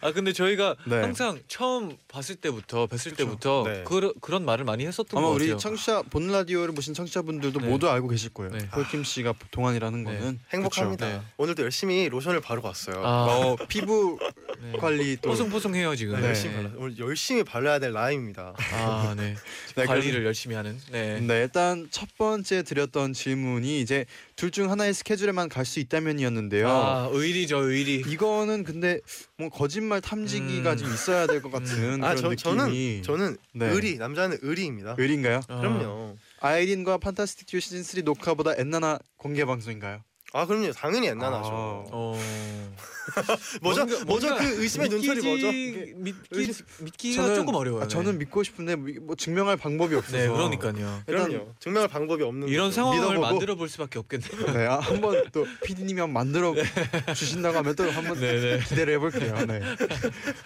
S3: 아 근데 저희가
S2: 네.
S3: 항상 처음 봤을 때부터 뵀을 때부터
S5: 네.
S3: 그, 그런 말을 많이 했었던
S2: 아마
S3: 것
S2: 우리
S3: 같아요.
S2: 청취자 본 라디오를 보신 청취자분들도
S3: 네.
S2: 모두 알고 계실 거예요.
S3: 네.
S2: 폴킴 씨가 동안이라는
S3: 네.
S2: 거는
S5: 행복합니다
S3: 그쵸. 네.
S5: 오늘도 열심히 로션을 바르고 왔어요
S2: 그쵸.
S3: 아,
S2: 어, 피부
S3: 네.
S2: 관리 또
S3: 뽀송뽀송해요 지금.
S5: 네,
S2: 네.
S5: 열심히 발라 오늘 열심히 발라야 될 라임입니다
S3: 아, 네.
S2: 네,
S3: 관리를 열심히 하는.
S2: 그래서-
S3: 네.
S2: 네 일단 첫 번째 드렸던 질문이 이제 둘 중 하나의 스케줄에만 갈 수 있다면이었는데요.
S3: 아, 의리죠, 의리.
S2: 이거는 근데 뭐 거짓말 탐지기가
S3: 음.
S2: 좀 있어야 될 것 같은 그런
S5: 아 저,
S2: 느낌이
S5: 저는 저는
S2: 네.
S5: 의리 남자는 의리입니다
S2: 의리인가요?
S3: 아,
S5: 그럼요
S2: 아이린과 판타스틱 듀오 시즌 3 녹화보다 엔나나 공개 방송인가요?
S5: 아 그럼요 당연히 엔나나죠
S2: 아.
S3: 어.
S5: 뭐죠
S3: 뭔가-
S5: 뭐죠
S3: 뭔가
S5: 그 의심의 눈초리 뭐죠
S3: 믿기지- 믿기 믿기가
S2: 저는-
S3: 조금 어려워요.
S2: 아,
S3: 네.
S2: 저는 믿고 싶은데 뭐 증명할 방법이 없어서
S3: 네, 그러니까요.
S2: 일단
S5: 그럼요 증명할 방법이 없는
S3: 이런
S5: 거죠.
S3: 상황을
S2: 믿어보고-
S3: 만들어 볼 수밖에 없겠네요.
S2: 네, 아, 한번 또 PD님이 한번 만들어 주신다고 하면 또 한번
S3: 네, 네.
S2: 기대를 해볼게요. 네.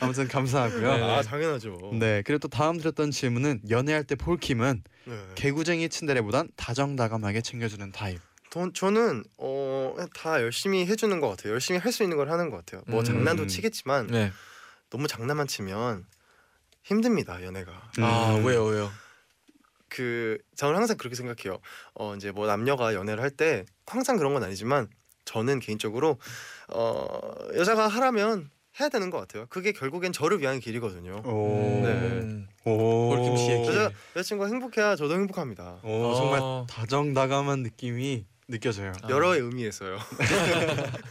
S2: 아무튼 감사하고요.
S3: 네,
S5: 아 당연하죠
S2: 네, 그리고 또 다음 드렸던 질문은 연애할 때 폴킴은
S5: 네.
S2: 개구쟁이 친데레보단 다정다감하게 챙겨주는 타입.
S5: 돈- 저는 어, 다 열심히 해주는 것 같아요. 열심히 할 수 있는 걸 하는 것 같아요. 뭐
S3: 음.
S5: 장난도 치겠지만
S3: 네.
S5: 너무 장난만 치면 힘듭니다 연애가.
S3: 아,
S2: 음.
S3: 왜요, 왜요?
S5: 그 저는 항상 그렇게 생각해요. 어 이제 뭐 남녀가 연애를 할 때 항상 그런 건 아니지만 저는 개인적으로 어 여자가 하라면 해야 되는 것 같아요. 그게 결국엔 저를 위한 길이거든요.
S3: 어,
S2: 오,
S5: 네.
S3: 음.
S2: 오,
S3: 폴킴 씨의 길.
S5: 여자 여자친구가 행복해야 저도 행복합니다.
S2: 오,
S3: 어.
S2: 정말 다정다감한 느낌이 느껴져요.
S3: 아.
S5: 여러 의미에서요.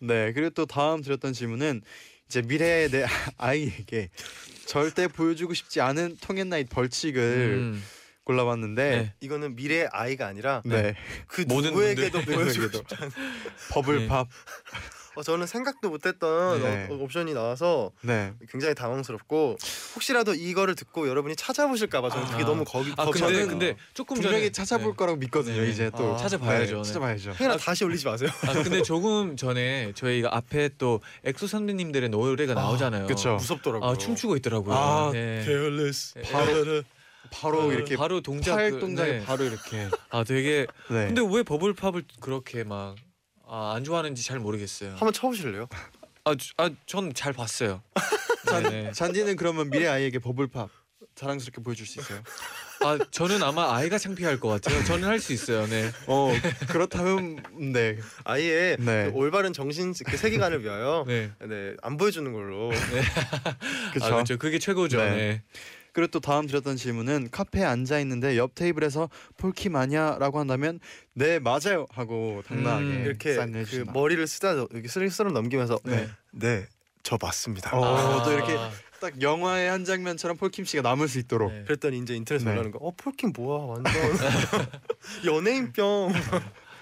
S2: 네, 그리고 또 다음 드렸던 질문은 이제 미래의 내 아이에게 절대 보여주고 싶지 않은 통앤나잇 벌칙을
S3: 음.
S2: 골라봤는데.
S3: 네.
S5: 이거는 미래의 아이가 아니라
S2: 네.
S5: 그
S3: 모든
S5: 누구에게도 보여주고
S2: 누구에게도.
S3: 네.
S2: 버블팝.
S5: 어, 저는 생각도 못했던
S2: 네.
S5: 어, 옵션이 나와서
S2: 네.
S5: 굉장히 당황스럽고 혹시라도 이거를 듣고 여러분이 찾아보실까봐 저는 그게
S3: 아.
S5: 너무 거기
S3: 아,
S5: 겁이
S3: 근데
S5: 나요.
S3: 근데 조금 전에
S2: 분명히 찾아볼
S3: 네.
S2: 거라고 믿거든요.
S3: 네.
S2: 이제 또
S5: 아,
S3: 찾아봐야죠.
S2: 네,
S3: 네.
S2: 찾아봐야죠.
S5: 혜연아 다시 올리지 마세요.
S3: 아 근데 조금 전에 저희가 앞에 또 엑소 선배님들의 노래가 나오잖아요.
S2: 그쵸.
S5: 무섭더라고요.
S3: 아 춤추고 있더라고요.
S2: 아,
S3: 네.
S5: Careless.
S2: 바로- 바로
S3: 네.
S2: 이렇게
S3: 바로 동작
S2: 팔
S3: 그-
S2: 동작이
S3: 네.
S2: 바로 이렇게.
S3: 아 되게
S2: 네.
S3: 근데 왜 버블팝을 그렇게 막 아, 안 좋아하는지 잘 모르겠어요.
S5: 한번 쳐보실래요?
S3: 아전 잘 봤어요. 네네.
S2: 잔디는 그러면 미래 아이에게 버블팝 자랑스럽게 보여줄 수 있어요.
S3: 아 저는 아마 아이가 창피할 것 같아요. 저는 할 수 있어요. 네.
S2: 어 그렇다면 네.
S5: 아예
S2: 네.
S5: 그 올바른 정신 그 세계관을 위하여
S3: 네.
S5: 네 안 보여주는 걸로
S2: 그쵸.
S3: 아 그렇죠. 그게 최고죠.
S2: 네.
S3: 네.
S2: 그리고 또 다음 드렸던 질문은 카페에 앉아 있는데 옆 테이블에서 폴킴 아냐라고 한다면 네 맞아요 하고 당당하게 뭐
S3: 음,
S5: 이렇게
S2: 사인을
S5: 그
S2: 해주신다.
S5: 머리를 쓰다 이렇게 스르스름 넘기면서
S3: 네.
S5: 네저 맞습니다.
S2: 어,
S3: 아.
S2: 또 이렇게 딱 영화의 한 장면처럼 폴킴 씨가 남을 수 있도록.
S3: 네.
S5: 그랬더니 이제 인터넷에
S2: 네.
S5: 올라오는 거. 어 폴킴 뭐야 완전 연예인병.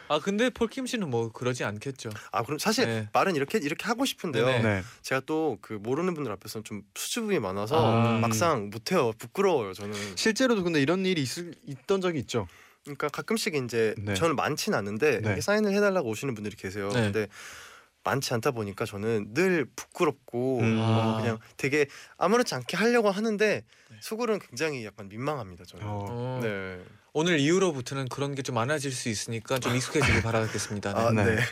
S3: 아 근데 폴킴 씨는 뭐 그러지 않겠죠.
S5: 아 그럼 사실
S3: 네.
S5: 말은 이렇게 이렇게 하고 싶은데요.
S3: 네네.
S2: 네.
S5: 제가 또 그 모르는 분들 앞에서는 좀 수줍음이 많아서
S3: 아.
S5: 막상 못해요. 부끄러워요 저는.
S2: 실제로도 근데 이런 일이 있을 있던 적이 있죠.
S5: 그러니까 가끔씩 이제
S2: 네.
S5: 저는 많진 않은데
S2: 네.
S5: 이렇게 사인을 해달라고 오시는 분들이 계세요.
S3: 네.
S5: 근데 많지 않다 보니까 저는 늘 부끄럽고
S2: 음.
S5: 어, 그냥 되게 아무렇지 않게 하려고 하는데
S3: 네.
S5: 속으로는 굉장히 약간 민망합니다 저는.
S2: 어.
S3: 어,
S5: 네.
S3: 오늘 이후로부터는 그런 게 좀 많아질 수 있으니까 좀 익숙해지길 바라겠습니다. 네.
S5: 아
S2: 네.
S5: 네.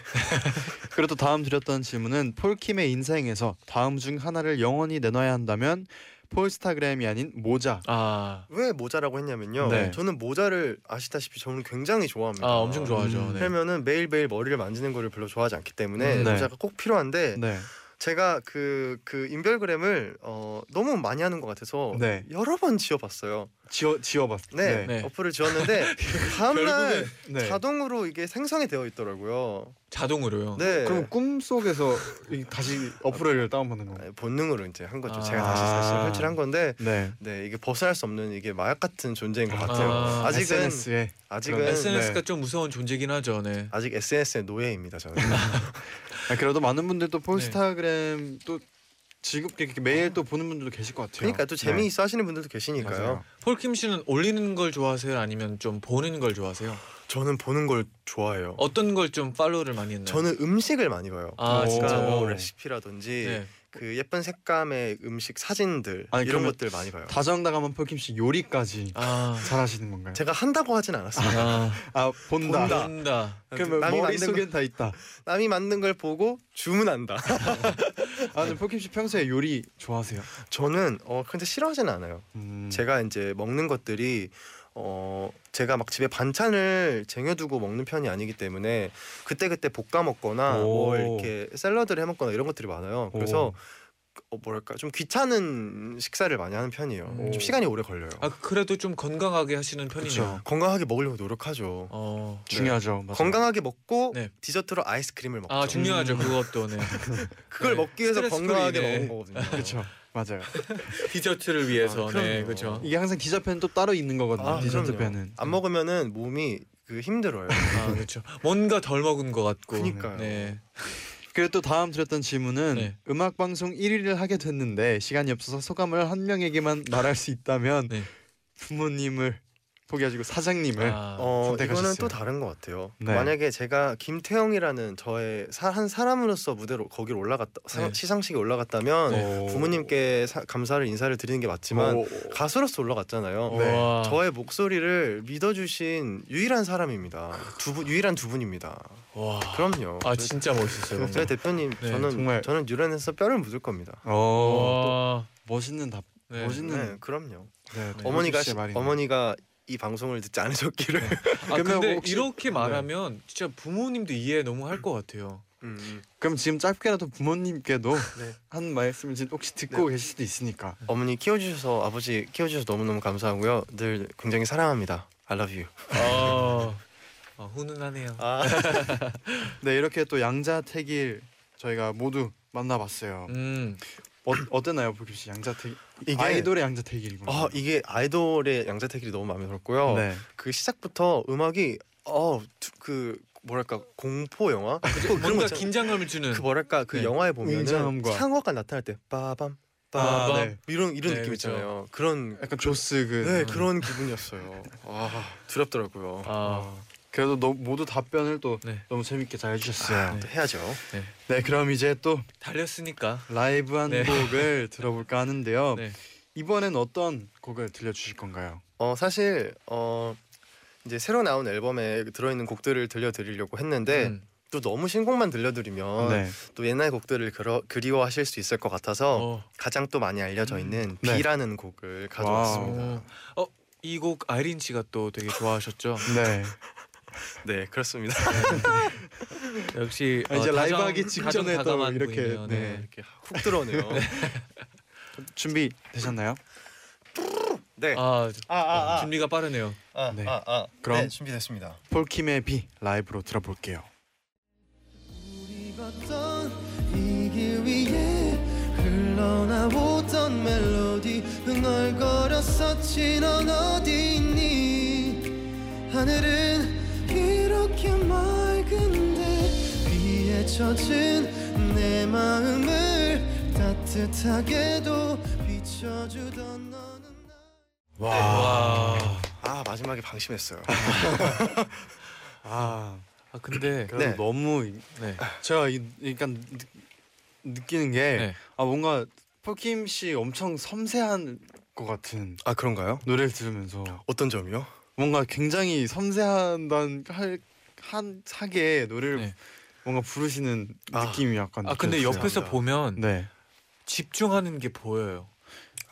S2: 그래도 다음 드렸던 질문은 폴킴의 인생에서 다음 중 하나를 영원히 내놔야 한다면 폴스타그램이 아닌 모자.
S3: 아,
S5: 왜 모자라고 했냐면요.
S3: 네.
S5: 저는 모자를 아시다시피 저는 굉장히 좋아합니다.
S3: 아 엄청 좋아하죠.
S2: 음.
S3: 네.
S5: 그러면은 매일매일 머리를 만지는 거를 별로 좋아하지 않기 때문에
S2: 음, 네.
S5: 모자가 꼭 필요한데
S2: 네.
S5: 제가 그, 그 인별그램을 어, 너무 많이 하는 것 같아서
S2: 네.
S5: 여러 번 지워봤어요.
S2: 지워 지워봤.
S5: 어. 네,
S3: 네.
S5: 어플을 지웠는데 다음날
S2: 네.
S5: 자동으로 이게 생성이 되어 있더라고요.
S3: 자동으로요.
S5: 네,
S2: 그럼 꿈 속에서 다시 어플을 다운받는 건가요?
S5: 아, 본능으로 이제 한 거죠.
S3: 아.
S5: 제가 다시 다시 설치한 건데
S2: 네.
S5: 네 이게 벗어날 수 없는 이게 마약 같은 존재인 것 같아요.
S3: 아,
S5: 아, 직은
S2: SNS에
S5: 아직은 네.
S2: 그런
S3: SNS가 좀 무서운 존재긴 하죠. 네.
S5: 아직 SNS의 노예입니다 저는.
S2: 아, 그래도 많은 분들
S5: 네.
S2: 또 폴스타그램 또 즐겁게 이렇게 매일 또 보는 분들도 계실 것 같아요.
S5: 그러니까 또
S2: 네.
S5: 재미있어 하시는 분들도 계시니까요.
S2: 맞아요.
S3: 폴킴 씨는 올리는 걸 좋아하세요? 아니면 좀 보는 걸 좋아하세요?
S5: 저는 보는 걸 좋아해요.
S3: 어떤 걸 좀 팔로우를 많이 했나요?
S5: 저는 음식을 많이 봐요.
S3: 아
S2: 오.
S3: 진짜
S5: 그러니까 뭐
S2: 오.
S5: 레시피라든지
S3: 네.
S5: 그 예쁜 색감의 음식 사진들
S2: 아니,
S5: 이런
S2: 그러면
S5: 것들 많이 봐요.
S2: 다정다감한 폴킴 씨 요리까지
S3: 아,
S2: 잘하시는 건가요?
S5: 제가 한다고 하진 않았어요.
S3: 아
S2: 아
S5: 본다.
S3: 본다.
S2: 그러면
S5: 남이
S2: 머릿
S5: 만든
S2: 속엔 다 있다.
S5: 남이 만든 걸 보고 주문한다.
S2: 아, 근데 폴킴 씨 평소에 요리 좋아하세요?
S5: 저는 어 근데 싫어하진 않아요.
S2: 음.
S5: 제가 이제 먹는 것들이 어 제가 막 집에 반찬을 쟁여두고 먹는 편이 아니기 때문에 그때 그때 볶아 먹거나
S2: 오.
S5: 뭐 이렇게 샐러드를 해 먹거나 이런 것들이 많아요. 그래서
S2: 오.
S5: 어, 뭐랄까 좀 귀찮은 식사를 많이 하는 편이에요.
S3: 음.
S5: 좀 시간이 오래 걸려요.
S3: 아 그래도 좀 건강하게 하시는 편이네요.
S2: 그쵸.
S5: 건강하게 먹으려고 노력하죠.
S3: 어.
S2: 네. 중요하죠. 맞아요.
S5: 네. 건강하게 먹고
S3: 네.
S5: 디저트로 아이스크림을 먹죠.
S3: 아
S5: 음.
S3: 중요하죠 그것도 네 네.
S5: 그걸 먹기 위해서
S3: 스트레스
S5: 건강하게
S3: 풀리네.
S5: 먹은 거거든요.
S2: 그렇죠. 맞아요.
S3: 디저트를 위해서
S5: 아, 그럼요.
S3: 네 그렇죠
S2: 이게 항상 디저트는 또 따로 있는 거거든요.
S5: 아,
S2: 디저트
S5: 그럼요.
S2: 뼈는.
S5: 안 먹으면은 몸이 그 힘들어요.
S3: 아 그렇죠 뭔가 덜 먹은 것 같고
S5: 그니까요.
S3: 네
S2: 그리고 또 다음 드렸던 질문은
S3: 네.
S2: 음악 방송 1위를 하게 됐는데 시간이 없어서 소감을 한 명에게만 말할 수 있다면
S3: 네.
S2: 부모님을 포기하시고 사장님을
S3: 아,
S5: 어 이거는
S2: 선택하셨어요.
S5: 또 다른 것 같아요.
S2: 네.
S5: 만약에 제가 김태형이라는 저의 사, 한 사람으로서 무대로 거기를 올라갔다 사-
S3: 네.
S5: 시상식에 올라갔다면
S2: 오.
S5: 부모님께 사- 감사를 인사를 드리는 게 맞지만
S2: 오.
S5: 가수로서 올라갔잖아요.
S2: 네.
S3: 와.
S5: 저의 목소리를 믿어주신 유일한 사람입니다. 두 분, 유일한 두 분입니다.
S3: 와.
S5: 어. 그럼요.
S3: 아 진짜 멋있어요
S5: 저희 대표님
S3: 네,
S5: 저는
S2: 정말.
S5: 저는 유란에서 뼈를 묻을 겁니다.
S2: 어, 또
S3: 와.
S2: 멋있는 답.
S3: 네.
S2: 멋있는-
S5: 네, 그럼요.
S2: 네, 또
S5: 어머니가
S2: 호주 씨의 말이네요. 네.
S5: 어머니가 이 방송을 듣지 않으셨기를.
S3: 아
S2: 그러면
S3: 근데
S2: 혹시-
S3: 이렇게
S5: 네.
S3: 말하면 진짜 부모님도 이해 너무 할 것 같아요
S5: 음,
S2: 그럼 지금 짧게라도 부모님께도
S5: 네.
S2: 한 말씀을 지금 혹시 듣고 계실 수도 있으니까.
S5: 어머니 키워주셔서 아버지 키워주셔서 너무 너무 감사하고요. 늘 굉장히 사랑합니다. I love you.
S3: 아, 아 훈훈하네요
S5: 아,
S2: 네 이렇게 또 양자택일 저희가 모두 만나봤어요.
S3: 음
S2: 어, 어땠나요, 보규 씨? 양자택일
S5: 이게
S2: 아이돌의 양자택일이군요.
S5: 아 이게 아이돌의 양자택일이 너무 마음에 들었고요.
S2: 네.
S5: 그 시작부터 음악이 어그 뭐랄까 공포 영화 또 그런 거
S3: 뭔가
S5: 있잖아.
S3: 긴장감을 주는
S5: 그 뭐랄까 그
S2: 네.
S5: 영화에 보면은
S2: 웅장함과.
S5: 상어가 나타날 때 빠밤
S2: 아,
S5: 빠밤
S2: 네.
S5: 이런 이런
S3: 네,
S5: 느낌
S3: 그렇죠.
S5: 있잖아요. 그런
S2: 약간 조스 그.
S5: 네 그런 기분이었어요. 와 두렵더라고요.
S3: 아
S2: 어. 그래도 너, 모두 답변을 또
S3: 네.
S2: 너무 재밌게 잘 해주셨어요.
S5: 아, 또 해야죠.
S2: 네, 그럼 이제 또
S3: 달렸으니까
S2: 라이브 한
S3: 네.
S2: 곡을 들어볼까 하는데요.
S3: 네.
S2: 이번엔 어떤 곡을 들려주실 건가요?
S5: 어 사실 어 이제 새로 나온 앨범에 들어있는 곡들을 들려드리려고 했는데
S3: 음.
S2: 어.
S5: 또 너무 신곡만 들려드리면
S2: 네.
S5: 또 옛날 곡들을 그러, 그리워하실 수 있을 것 같아서
S3: 어.
S5: 가장 또 많이 알려져 있는
S2: 네.
S5: 비라는 곡을 가져왔습니다.
S3: 어, 이 곡 아이린 씨가 또 되게 좋아하셨죠.
S2: 네.
S5: 네 그렇습니다.
S3: 역시 어,
S2: 아, 이제 라이브 하기 직전에 또
S3: 다정다감한
S2: 이렇게,
S3: 분이네요.
S2: 네.
S3: 네.
S5: 이렇게 훅 들어오네요.
S2: 준비 되셨나요?
S5: 네.
S3: 아,
S5: 아, 아, 아.
S3: 준비가 빠르네요.
S5: 아,
S2: 네.
S5: 아, 아.
S2: 그럼-
S5: 네, 준비됐습니다.
S2: 폴킴의 비 라이브로 들어볼게요.
S4: 우리 걷던 이 길 위에 흘러나오던 멜로디 흥얼거렸었지 넌 어디 있니 하늘은 이렇게 맑 잊혀진 내 마음을 따뜻하게도 비춰주던 너는 나
S3: 와.
S5: 네. 아 마지막에 방심했어요.
S2: 아
S3: 아 근데
S2: 그래도
S5: 네.
S2: 너무
S3: 네.
S2: 제가 이, 그러니까 느, 느끼는 게 아
S3: 네.
S2: 뭔가 폴킴 씨 엄청 섬세한 것 같은
S5: 아 그런가요?
S2: 노래를 들으면서
S5: 어떤 점이요?
S2: 뭔가 굉장히 섬세한단 할, 한 하게 노래를
S3: 네.
S2: 뭔가 부르시는
S5: 아.
S2: 느낌이 약간
S3: 아 근데
S2: 느껴져요.
S3: 옆에서
S5: 감사합니다.
S3: 보면
S2: 네.
S3: 집중하는 게 보여요.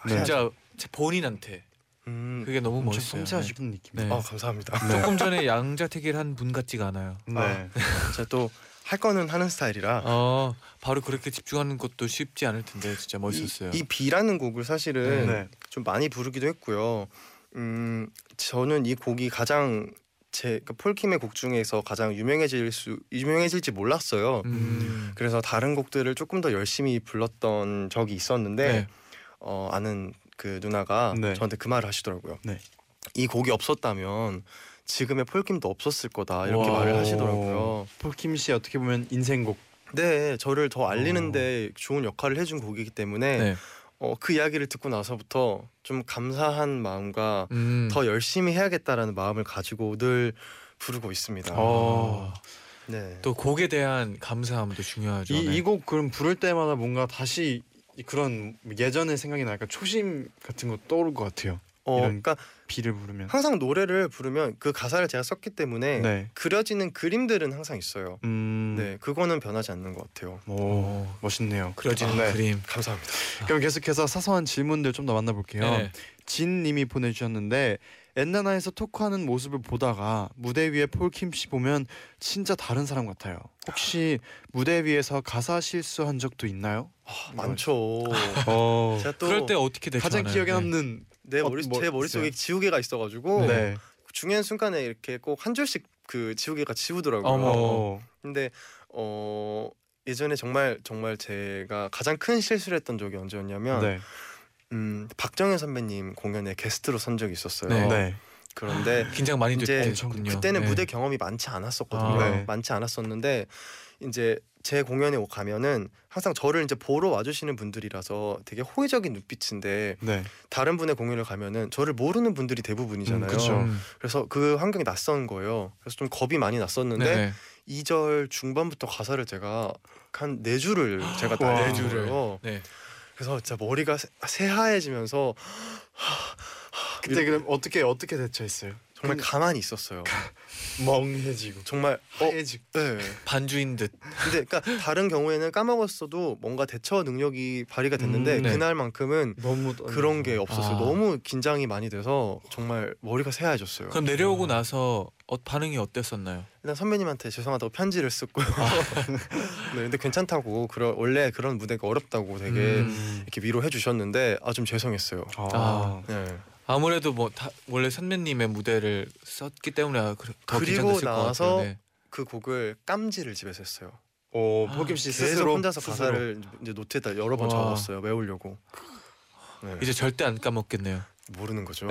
S2: 네.
S3: 진짜 제 본인한테
S5: 음,
S3: 그게 너무
S2: 엄청
S3: 멋있어요. 네.
S2: 섬세하시는 느낌.
S3: 네.
S5: 아 감사합니다.
S3: 조금 전에 양자택일 한 분 같지가 않아요.
S2: 네.
S5: 아. 제가 또 할 거는 하는 스타일이라
S3: 어 바로 그렇게 집중하는 것도 쉽지 않을 텐데 진짜 멋있었어요.
S5: 이, 이 비라는 곡을 사실은
S2: 네.
S5: 좀 많이 부르기도 했고요. 음 저는 이 곡이 가장 제 그러니까 폴킴의 곡 중에서 가장 유명해질 수 유명해질지 몰랐어요.
S3: 음.
S5: 그래서 다른 곡들을 조금 더 열심히 불렀던 적이 있었는데
S3: 네.
S5: 어, 아는 그 누나가
S2: 네.
S5: 저한테 그 말을 하시더라고요.
S2: 네.
S5: 이 곡이 없었다면 지금의 폴킴도 없었을 거다 이렇게
S3: 와.
S5: 말을 하시더라고요.
S2: 폴킴 씨 어떻게 보면 인생곡.
S5: 네, 저를 더 알리는데 좋은 역할을 해준 곡이기 때문에
S3: 어. 네.
S5: 어, 그 이야기를 듣고 나서부터 좀 감사한 마음과
S3: 음.
S5: 더 열심히 해야겠다라는 마음을 가지고 늘 부르고 있습니다.
S2: 어.
S5: 네.
S3: 또 곡에 대한 감사함도 중요하죠. 네.
S2: 이이 곡 그럼 부를 때마다 뭔가 다시 이- 그런 예전의 생각이 나니까 초심 같은 거 떠오를 것 같아요.
S5: 어,
S2: 이런-
S5: 그러니까
S2: 비를 부르면.
S5: 항상 노래를 부르면 그 가사를 제가 썼기 때문에
S2: 네.
S5: 그려지는 그림들은 항상 있어요.
S2: 음.
S5: 네, 그거는 변하지 않는 것 같아요.
S2: 오.
S3: 오,
S2: 멋있네요.
S3: 그려지는
S5: 아, 네.
S3: 그림.
S5: 감사합니다.
S2: 그럼 계속해서 사소한 질문들 좀 더 만나볼게요.
S3: 네.
S2: 진님이 보내주셨는데 엔나나에서 토크하는 모습을 보다가 무대 위에 폴킴 씨 보면 진짜 다른 사람 같아요. 혹시 무대 위에서 가사 실수한 적도 있나요?
S5: 아, 많죠.
S2: 아, 어.
S5: 제가 또
S3: 그럴 때 어떻게 대처
S2: 가장
S3: 하나요?
S2: 기억에
S3: 네.
S2: 남는
S5: 내
S2: 어,
S5: 머릿
S2: 뭐
S5: 제 머릿속에
S2: 있어요?
S5: 지우개가 있어 가지고
S2: 네.
S5: 중요한 순간에 이렇게 꼭 한 줄씩 그 지우개가 지우더라고요.
S3: 어머.
S2: 어.
S5: 근데 어 예전에 정말 정말 제가 가장 큰 실수를 했던 적이 언제였냐면
S2: 네.
S5: 음 박정현 선배님 공연에 게스트로 선 적이 있었어요.
S3: 네.
S2: 네.
S5: 그런데
S3: 긴장 많이
S5: 이제
S3: 됐군요.
S5: 그때는
S3: 네.
S5: 무대 경험이 많지 않았었거든요.
S2: 아, 네.
S5: 많지 않았었는데 이제 제 공연에 가면은 항상 저를 이제 보러 와주시는 분들이라서 되게 호의적인 눈빛인데
S2: 네.
S5: 다른 분의 공연을 가면은 저를 모르는 분들이 대부분이잖아요.
S2: 음, 그쵸.
S3: 음.
S5: 그래서 그 환경이 낯선 거예요. 그래서 좀 겁이 많이 났었는데
S3: 네.
S5: 이 2절 중반부터 가사를 제가 한 네 줄을 제가 다
S2: 와.
S5: 네
S2: 네
S3: 줄을.
S5: 줄을.
S3: 네.
S5: 그래서 진짜 머리가 새- 새하얘지면서
S2: 그때 그럼 어떻게 어떻게 대처했어요?
S5: 정말
S2: 그-
S5: 가만히 있었어요.
S2: 멍해지고
S5: 정말 어,
S2: 하얘지고.
S5: 네.
S3: 반주인 듯.
S5: 근데 그러니까 다른 경우에는 까먹었어도 뭔가 대처 능력이 발휘가 됐는데
S3: 음, 네.
S5: 그날만큼은
S2: 너무
S5: 그런 게 없었어요.
S3: 아.
S5: 너무 긴장이 많이 돼서 정말 머리가 새하얘졌어요.
S3: 그럼 내려오고 나서 어, 반응이 어땠었나요?
S5: 일단 선배님한테 죄송하다고 편지를 썼고요. 네, 근데 괜찮다고 그런 원래 그런 무대가 어렵다고 되게
S3: 음.
S5: 이렇게 위로해 주셨는데 아 좀 죄송했어요.
S2: 아.
S3: 아.
S5: 네.
S3: 아무래도 뭐 다, 원래 선배님의 무대를 썼기 때문에 아, 그- 더
S5: 그리고
S3: 긴장됐을 것
S5: 나서
S3: 같아요. 네.
S5: 그 곡을 깜지를 집에서 했어요.
S2: 오, 폴킴 씨
S5: 계속
S2: 스스로
S5: 혼자서
S2: 스스로.
S5: 가사를 이제 노트에다 여러 번
S3: 와.
S5: 적었어요. 외우려고. 네.
S3: 이제 절대 안 까먹겠네요.
S5: 모르는 거죠.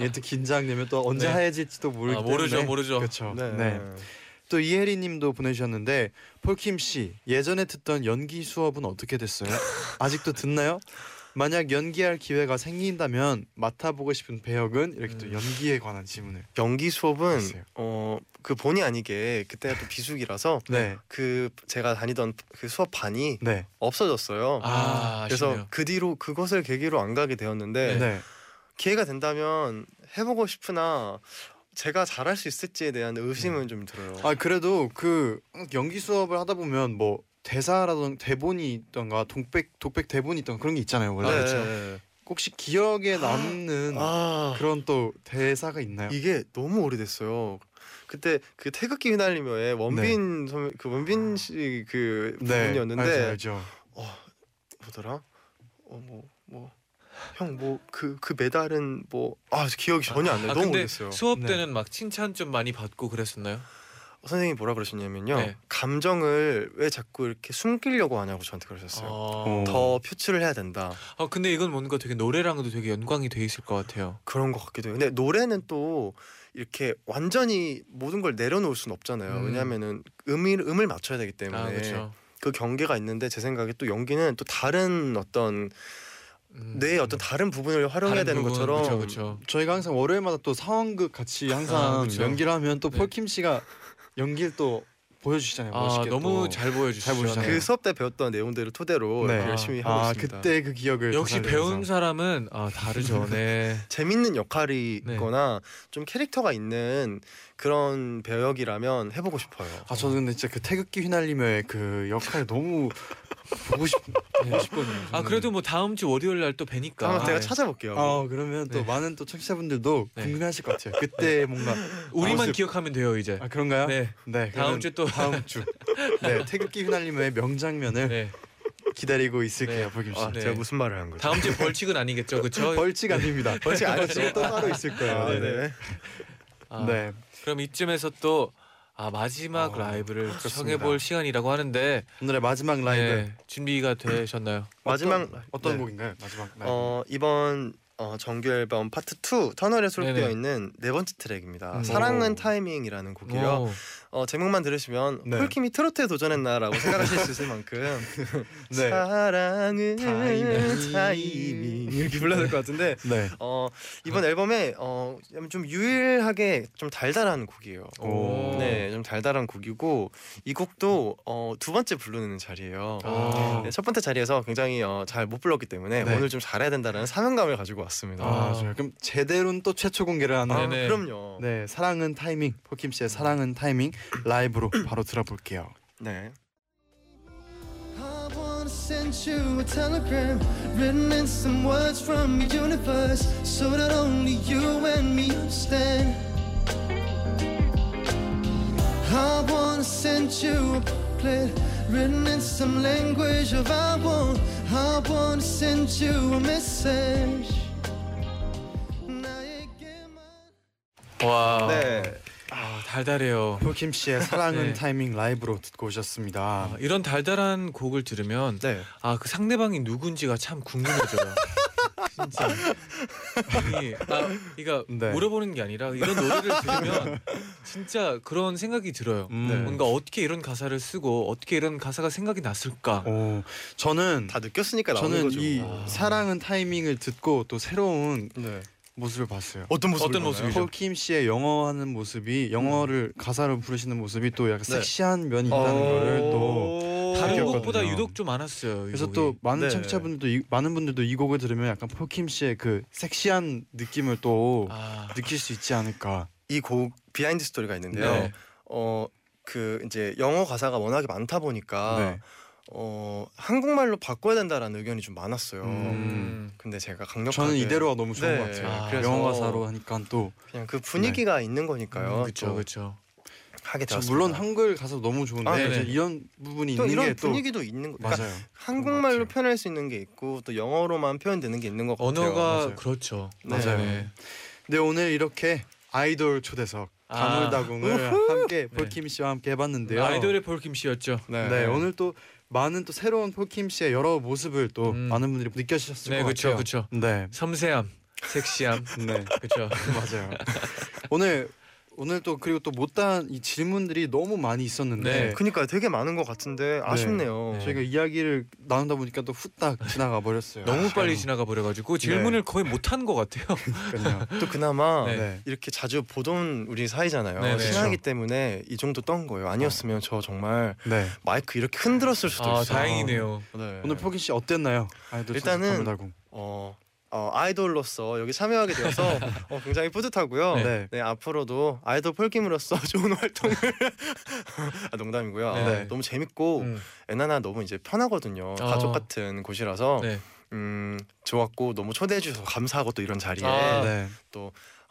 S2: 얘 또 긴장되면 또 언제
S3: 네.
S2: 하얘질지도 모르기
S3: 아,
S2: 때문에
S3: 모르죠, 모르죠.
S2: 그렇죠.
S5: 네.
S2: 네. 또 이혜리님도 보내주셨는데 폴킴 씨 예전에 듣던 연기 수업은 어떻게 됐어요? 아직도 듣나요? 만약 연기할 기회가 생긴다면 맡아보고 싶은 배역은 이렇게 또
S5: 네.
S3: 음.
S2: 연기에 관한 질문을.
S5: 연기 수업은
S2: 글쎄요.
S5: 어 그 본의 아니게 그때가 또 비수기라서
S2: 네,
S5: 그 제가 다니던 그 수업 반이
S2: 네,
S5: 없어졌어요.
S3: 아,
S5: 그래서
S3: 아쉽네요.
S5: 그 뒤로 그것을 계기로 안 가게 되었는데
S2: 네.
S5: 기회가 된다면 해보고 싶으나 제가 잘할 수 있을지에 대한 의심은 좀 들어요.
S2: 아 그래도 그 연기 수업을 하다 보면 뭐 대사라던 대본이 있던가 독백 독백 대본이 있던 그런 게 있잖아요 원래.
S5: 네.
S2: 그렇죠? 혹시 기억에 남는
S5: 아
S2: 그런 또 대사가 있나요?
S5: 이게 너무 오래됐어요. 그때 그 태극기 휘날리며의 원빈 선배, 그 원빈 씨 그 부분이었는데
S2: 네. 알죠, 알죠.
S5: 어 뭐더라 어뭐 뭐 형 뭐 그 그 메달은 뭐 아 기억이 전혀 안 나요
S3: 아
S5: 너무
S3: 근데
S5: 오래됐어요
S3: 수업
S2: 네.
S3: 때는 막 칭찬 좀 많이 받고 그랬었나요?
S5: 선생님이 뭐라 그러셨냐면요
S3: 네.
S5: 감정을 왜 자꾸 이렇게 숨기려고 하냐고 저한테 그러셨어요.
S3: 아,
S5: 더 표출을 해야 된다.
S3: 아, 근데 이건 뭔가 되게 노래랑도 되게 연관이 돼 있을 것 같아요.
S5: 그런 것 같기도 해요. 근데 노래는 또 이렇게 완전히 모든 걸 내려놓을 순 없잖아요.
S3: 음.
S5: 왜냐하면은 음이 음을 맞춰야 되기 때문에
S3: 아 그렇죠.
S5: 그 경계가 있는데 제 생각에 또 연기는 또 다른 어떤
S3: 음.
S5: 뇌의 네, 어떤 다른 부분을 활용해야 되는 것처럼
S3: 그렇죠, 그렇죠.
S2: 저희가 항상 월요일마다 또 상황극 같이 항상
S3: 아, 그쵸.
S2: 연기를 하면 또
S3: 네.
S2: 폴킴 씨가 연기를 또
S5: 네,
S2: 보여주시잖아요.
S3: 아
S2: 멋있게
S3: 너무
S2: 또.
S3: 잘 보여주시죠. 네.
S2: 잘 보여주잖아요.
S5: 그 수업 때 배웠던 내용들을 토대로
S2: 네.
S5: 이렇게 열심히 하고
S2: 아
S5: 있습니다.
S2: 그때 그 기억을
S3: 역시
S2: 되살리면서.
S3: 배운 사람은 아 다르죠. 네.
S5: 재밌는 역할이
S3: 네.
S5: 있거나 좀 캐릭터가 있는 그런 배역이라면 해보고 싶어요.
S2: 아 저는 근데 진짜 그 태극기 휘날림의 그 역할 너무 보고 싶 보고 싶거든요.
S3: 아
S2: 저는.
S3: 그래도 뭐 다음 주 월요일 날 또 뵈니까.
S5: 그러니까 한번 제가
S3: 네.
S5: 찾아볼게요.
S2: 아 그러면 또
S3: 네.
S2: 많은 또 청취자분들도
S3: 네.
S2: 궁금해하실 것 같아요. 그때 뭔가
S3: 우리만
S2: 모습.
S3: 기억하면 돼요 이제.
S2: 아 그런가요?
S3: 네.
S2: 네,
S3: 다음
S2: 그러면
S3: 주 또.
S2: 다음 주. 네 태극기 휘날림의 명장면을
S3: 네.
S2: 기다리고 있을게요,
S3: 네.
S2: 보김 씨.
S5: 아,
S3: 네.
S5: 제가 무슨 말을 한 거죠?
S3: 다음 주 벌칙은 아니겠죠, 그렇죠?
S2: 벌칙 아닙니다.
S5: 벌칙 아니죠.
S2: 또 따로 있을 거예요.
S5: 아,
S2: 네.
S5: 네.
S3: 아,
S2: 네.
S3: 그럼 이쯤에서 또 아, 마지막
S5: 어,
S3: 라이브를
S5: 그렇습니다.
S3: 청해볼 시간이라고 하는데
S2: 오늘의 마지막 라이브
S3: 네, 준비가 되셨나요?
S5: 마지막
S2: 어떤, 어떤
S5: 네.
S2: 곡인가요? 마지막 라이브.
S5: 어, 이번 어, 정규 앨범 파트 2 터널에 수록되어
S3: 네네.
S5: 있는 네 번째 트랙입니다.
S3: 음.
S5: 사랑은
S2: 오.
S5: 타이밍이라는 곡이요. 어, 제목만 들으시면
S2: 네.
S5: 폴킴이 트로트에 도전했나라고 생각하실 수 있을 만큼
S2: 네.
S5: 사랑은
S2: 타이밍.
S5: 타이밍, 이렇게 불러야 될 것 같은데
S2: 네.
S5: 어, 이번 앨범에 어, 좀 유일하게 좀 달달한 곡이에요.
S3: 오.
S5: 네, 좀 달달한 곡이고 이 곡도 어, 두 번째 부르는 자리예요.
S3: 아.
S5: 네, 첫 번째 자리에서 굉장히 어, 잘 못 불렀기 때문에
S2: 네.
S5: 오늘 좀 잘해야 된다는 사명감을 가지고 왔습니다.
S2: 아,
S3: 아.
S2: 좋아요. 그럼 제대로는 또 최초 공개를 하는 네.
S5: 아,
S3: 네네.
S5: 그럼요. 네.
S2: 사랑은 타이밍 포킴 씨의 사랑은 타이밍 라이브로 바로 들어볼게요.
S5: 네.
S4: I wanna send you a telegram written in some words from the universe so that only you and me understand. I wanna send you a booklet written in some language of I want. I wanna send you a message. 나에게만
S3: 와.
S5: 네.
S3: 아, 달달해요.
S2: 포킴 씨의 사랑은
S3: 네.
S2: 타이밍 라이브로 듣고 오셨습니다.
S3: 아, 이런 달달한 곡을 들으면
S5: 네.
S3: 아 그 상대방이 누군지가 참 궁금해져요. 진짜. 아니, 아, 그러니까
S2: 네.
S3: 물어보는 게 아니라 이런 노래를 들으면 진짜 그런 생각이 들어요.
S2: 음.
S5: 네.
S3: 뭔가 어떻게 이런 가사를 쓰고 어떻게 이런 가사가 생각이 났을까?
S2: 오, 저는
S5: 다 느꼈으니까 나오는
S2: 저는
S5: 거죠.
S2: 이
S3: 아.
S2: 사랑은 타이밍을 듣고 또 새로운
S5: 네.
S2: 모습을 봤어요.
S5: 어떤 모습?
S3: 어떤 모습이죠?
S2: 폴킴 씨의 영어 하는 모습이 영어를 가사로 부르시는 모습이 또 약간
S5: 음. 네.
S2: 섹시한 면이 있다는 거를 또
S3: 다른
S2: 느꼈거든요.
S3: 곡보다 유독 좀 많았어요. 이
S2: 그래서
S3: 곡이.
S2: 또 많은
S5: 네.
S2: 청취자분들도 이, 많은 분들도 이 곡을 들으면 약간 폴킴 씨의 그 섹시한 느낌을 또
S3: 아,
S2: 느낄 수 있지 않을까.
S5: 이곡 비하인드 스토리가 있는데요.
S3: 네.
S5: 어, 그 이제 영어 가사가 워낙에 많다 보니까
S2: 네.
S5: 어, 한국말로 바꿔야 된다라는 의견이 좀 많았어요.
S3: 음.
S5: 근데 제가 강력하게
S2: 저는 이대로가 너무 좋은
S5: 네.
S2: 것 같아요.
S3: 아,
S2: 그래서 영어
S5: 그래서-
S2: 가사로 하니까 또
S5: 그냥 그 분위기가
S2: 네.
S5: 있는 거니까요.
S3: 그쵸그
S5: 또
S3: 쵸
S5: 하게
S2: 음, 저
S5: 되었습니다.
S2: 물론 한글 가사 너무 좋은데
S5: 아,
S3: 네네.
S2: 이제 이런 부분이
S5: 또
S2: 있는
S5: 이런
S2: 게또
S5: 분위기도 있는 거. 그러니까
S2: 맞아요.
S5: 한국말로
S2: 같아요.
S5: 표현할 수 있는 게 있고 또 영어로만 표현되는 게 있는 것 같아요.
S3: 언어가
S2: 맞아요.
S3: 그렇죠.
S5: 네.
S2: 맞아요. 네 오늘 이렇게 아이돌 초대석
S3: 아.
S2: 가물다공을
S5: 네.
S2: 함께 폴킴 씨와 함께 해봤는데요.
S3: 아이돌의 볼킴 씨였죠.
S2: 네. 오늘 또 많은 또 새로운 폴킴 씨의 여러 모습을 또
S3: 음.
S2: 많은 분들이 느껴지셨을
S3: 네,
S2: 것
S3: 그쵸
S2: 같아요.
S3: 그쵸
S2: 네,
S3: 섬세함, 섹시함,
S2: 네
S3: 그쵸
S2: 맞아요. 오늘 오늘 또 그리고 또 못다한 이 질문들이 너무 많이 있었는데
S3: 네.
S5: 그니까 되게 많은 것 같은데 아쉽네요.
S2: 저희가 이야기를 나누다 보니까 또 후딱 지나가 버렸어요.
S3: 너무 빨리 지나가 버려가지고 질문을 거의 못한 것 같아요.
S2: 그러니까요.
S5: 또 그나마
S3: 네.
S2: 네.
S5: 이렇게 자주 보던 우리 사이잖아요.
S3: 네네.
S5: 친하기 때문에 이 정도 떤 거예요. 아니었으면 저 정말
S2: 네.
S5: 마이크 이렇게 흔들었을 수도
S3: 아
S5: 있어요.
S3: 다행이네요.
S5: 네.
S2: 오늘 포기 씨 어땠나요? 아이돌
S5: 일단은-
S2: 일단은 가물다공.
S5: 어, 어, 아이돌로서 여기 참여하게 되어서 어, 굉장히 뿌듯하고요.
S2: 네.
S5: 네. 앞으로도 아이돌 폴킴으로서 좋은 활동을 아, 농담이고요.
S3: 네.
S5: 네, 너무 재밌고
S3: 음.
S5: 엔나나 너무 이제 편하거든요.
S2: 아.
S5: 가족 같은 곳이라서
S3: 네.
S5: 음 좋았고 너무 초대해 주셔서 감사하고 또 이런 자리에
S3: 아.
S2: 네.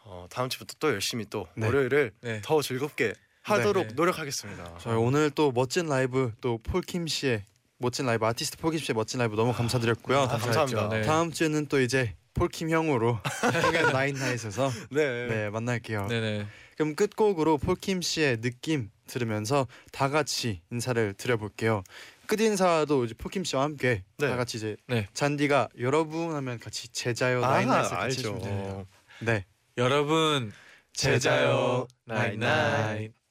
S5: 어, 다음 주부터 또 열심히 또
S2: 네.
S5: 월요일을
S3: 네.
S5: 더 즐겁게 하도록
S3: 네.
S5: 노력하겠습니다.
S2: 저희 오늘 또 멋진 라이브 또 폴킴 씨의 멋진 라이브 아티스트 폴킴 씨의 멋진 라이브 너무 감사드렸고요.
S5: 아, 감사합니다.
S3: 네.
S2: 다음 주에는 또 이제 폴킴 형으로 형의 나인나잇에서
S5: 네.
S2: 네 만날게요.
S3: 네네.
S2: 그럼 끝곡으로 폴킴 씨의 느낌 들으면서 다 같이 인사를 드려볼게요. 끝 인사도 이제 포킴 씨와 함께
S5: 네. 아,
S2: 다 같이 이제
S3: 네.
S2: 잔디가 여러분 하면 같이 제자요 나인나인 같이 해주면 돼요. 네.
S3: 여러분 제자요
S5: 제자요,
S3: 나잇나잇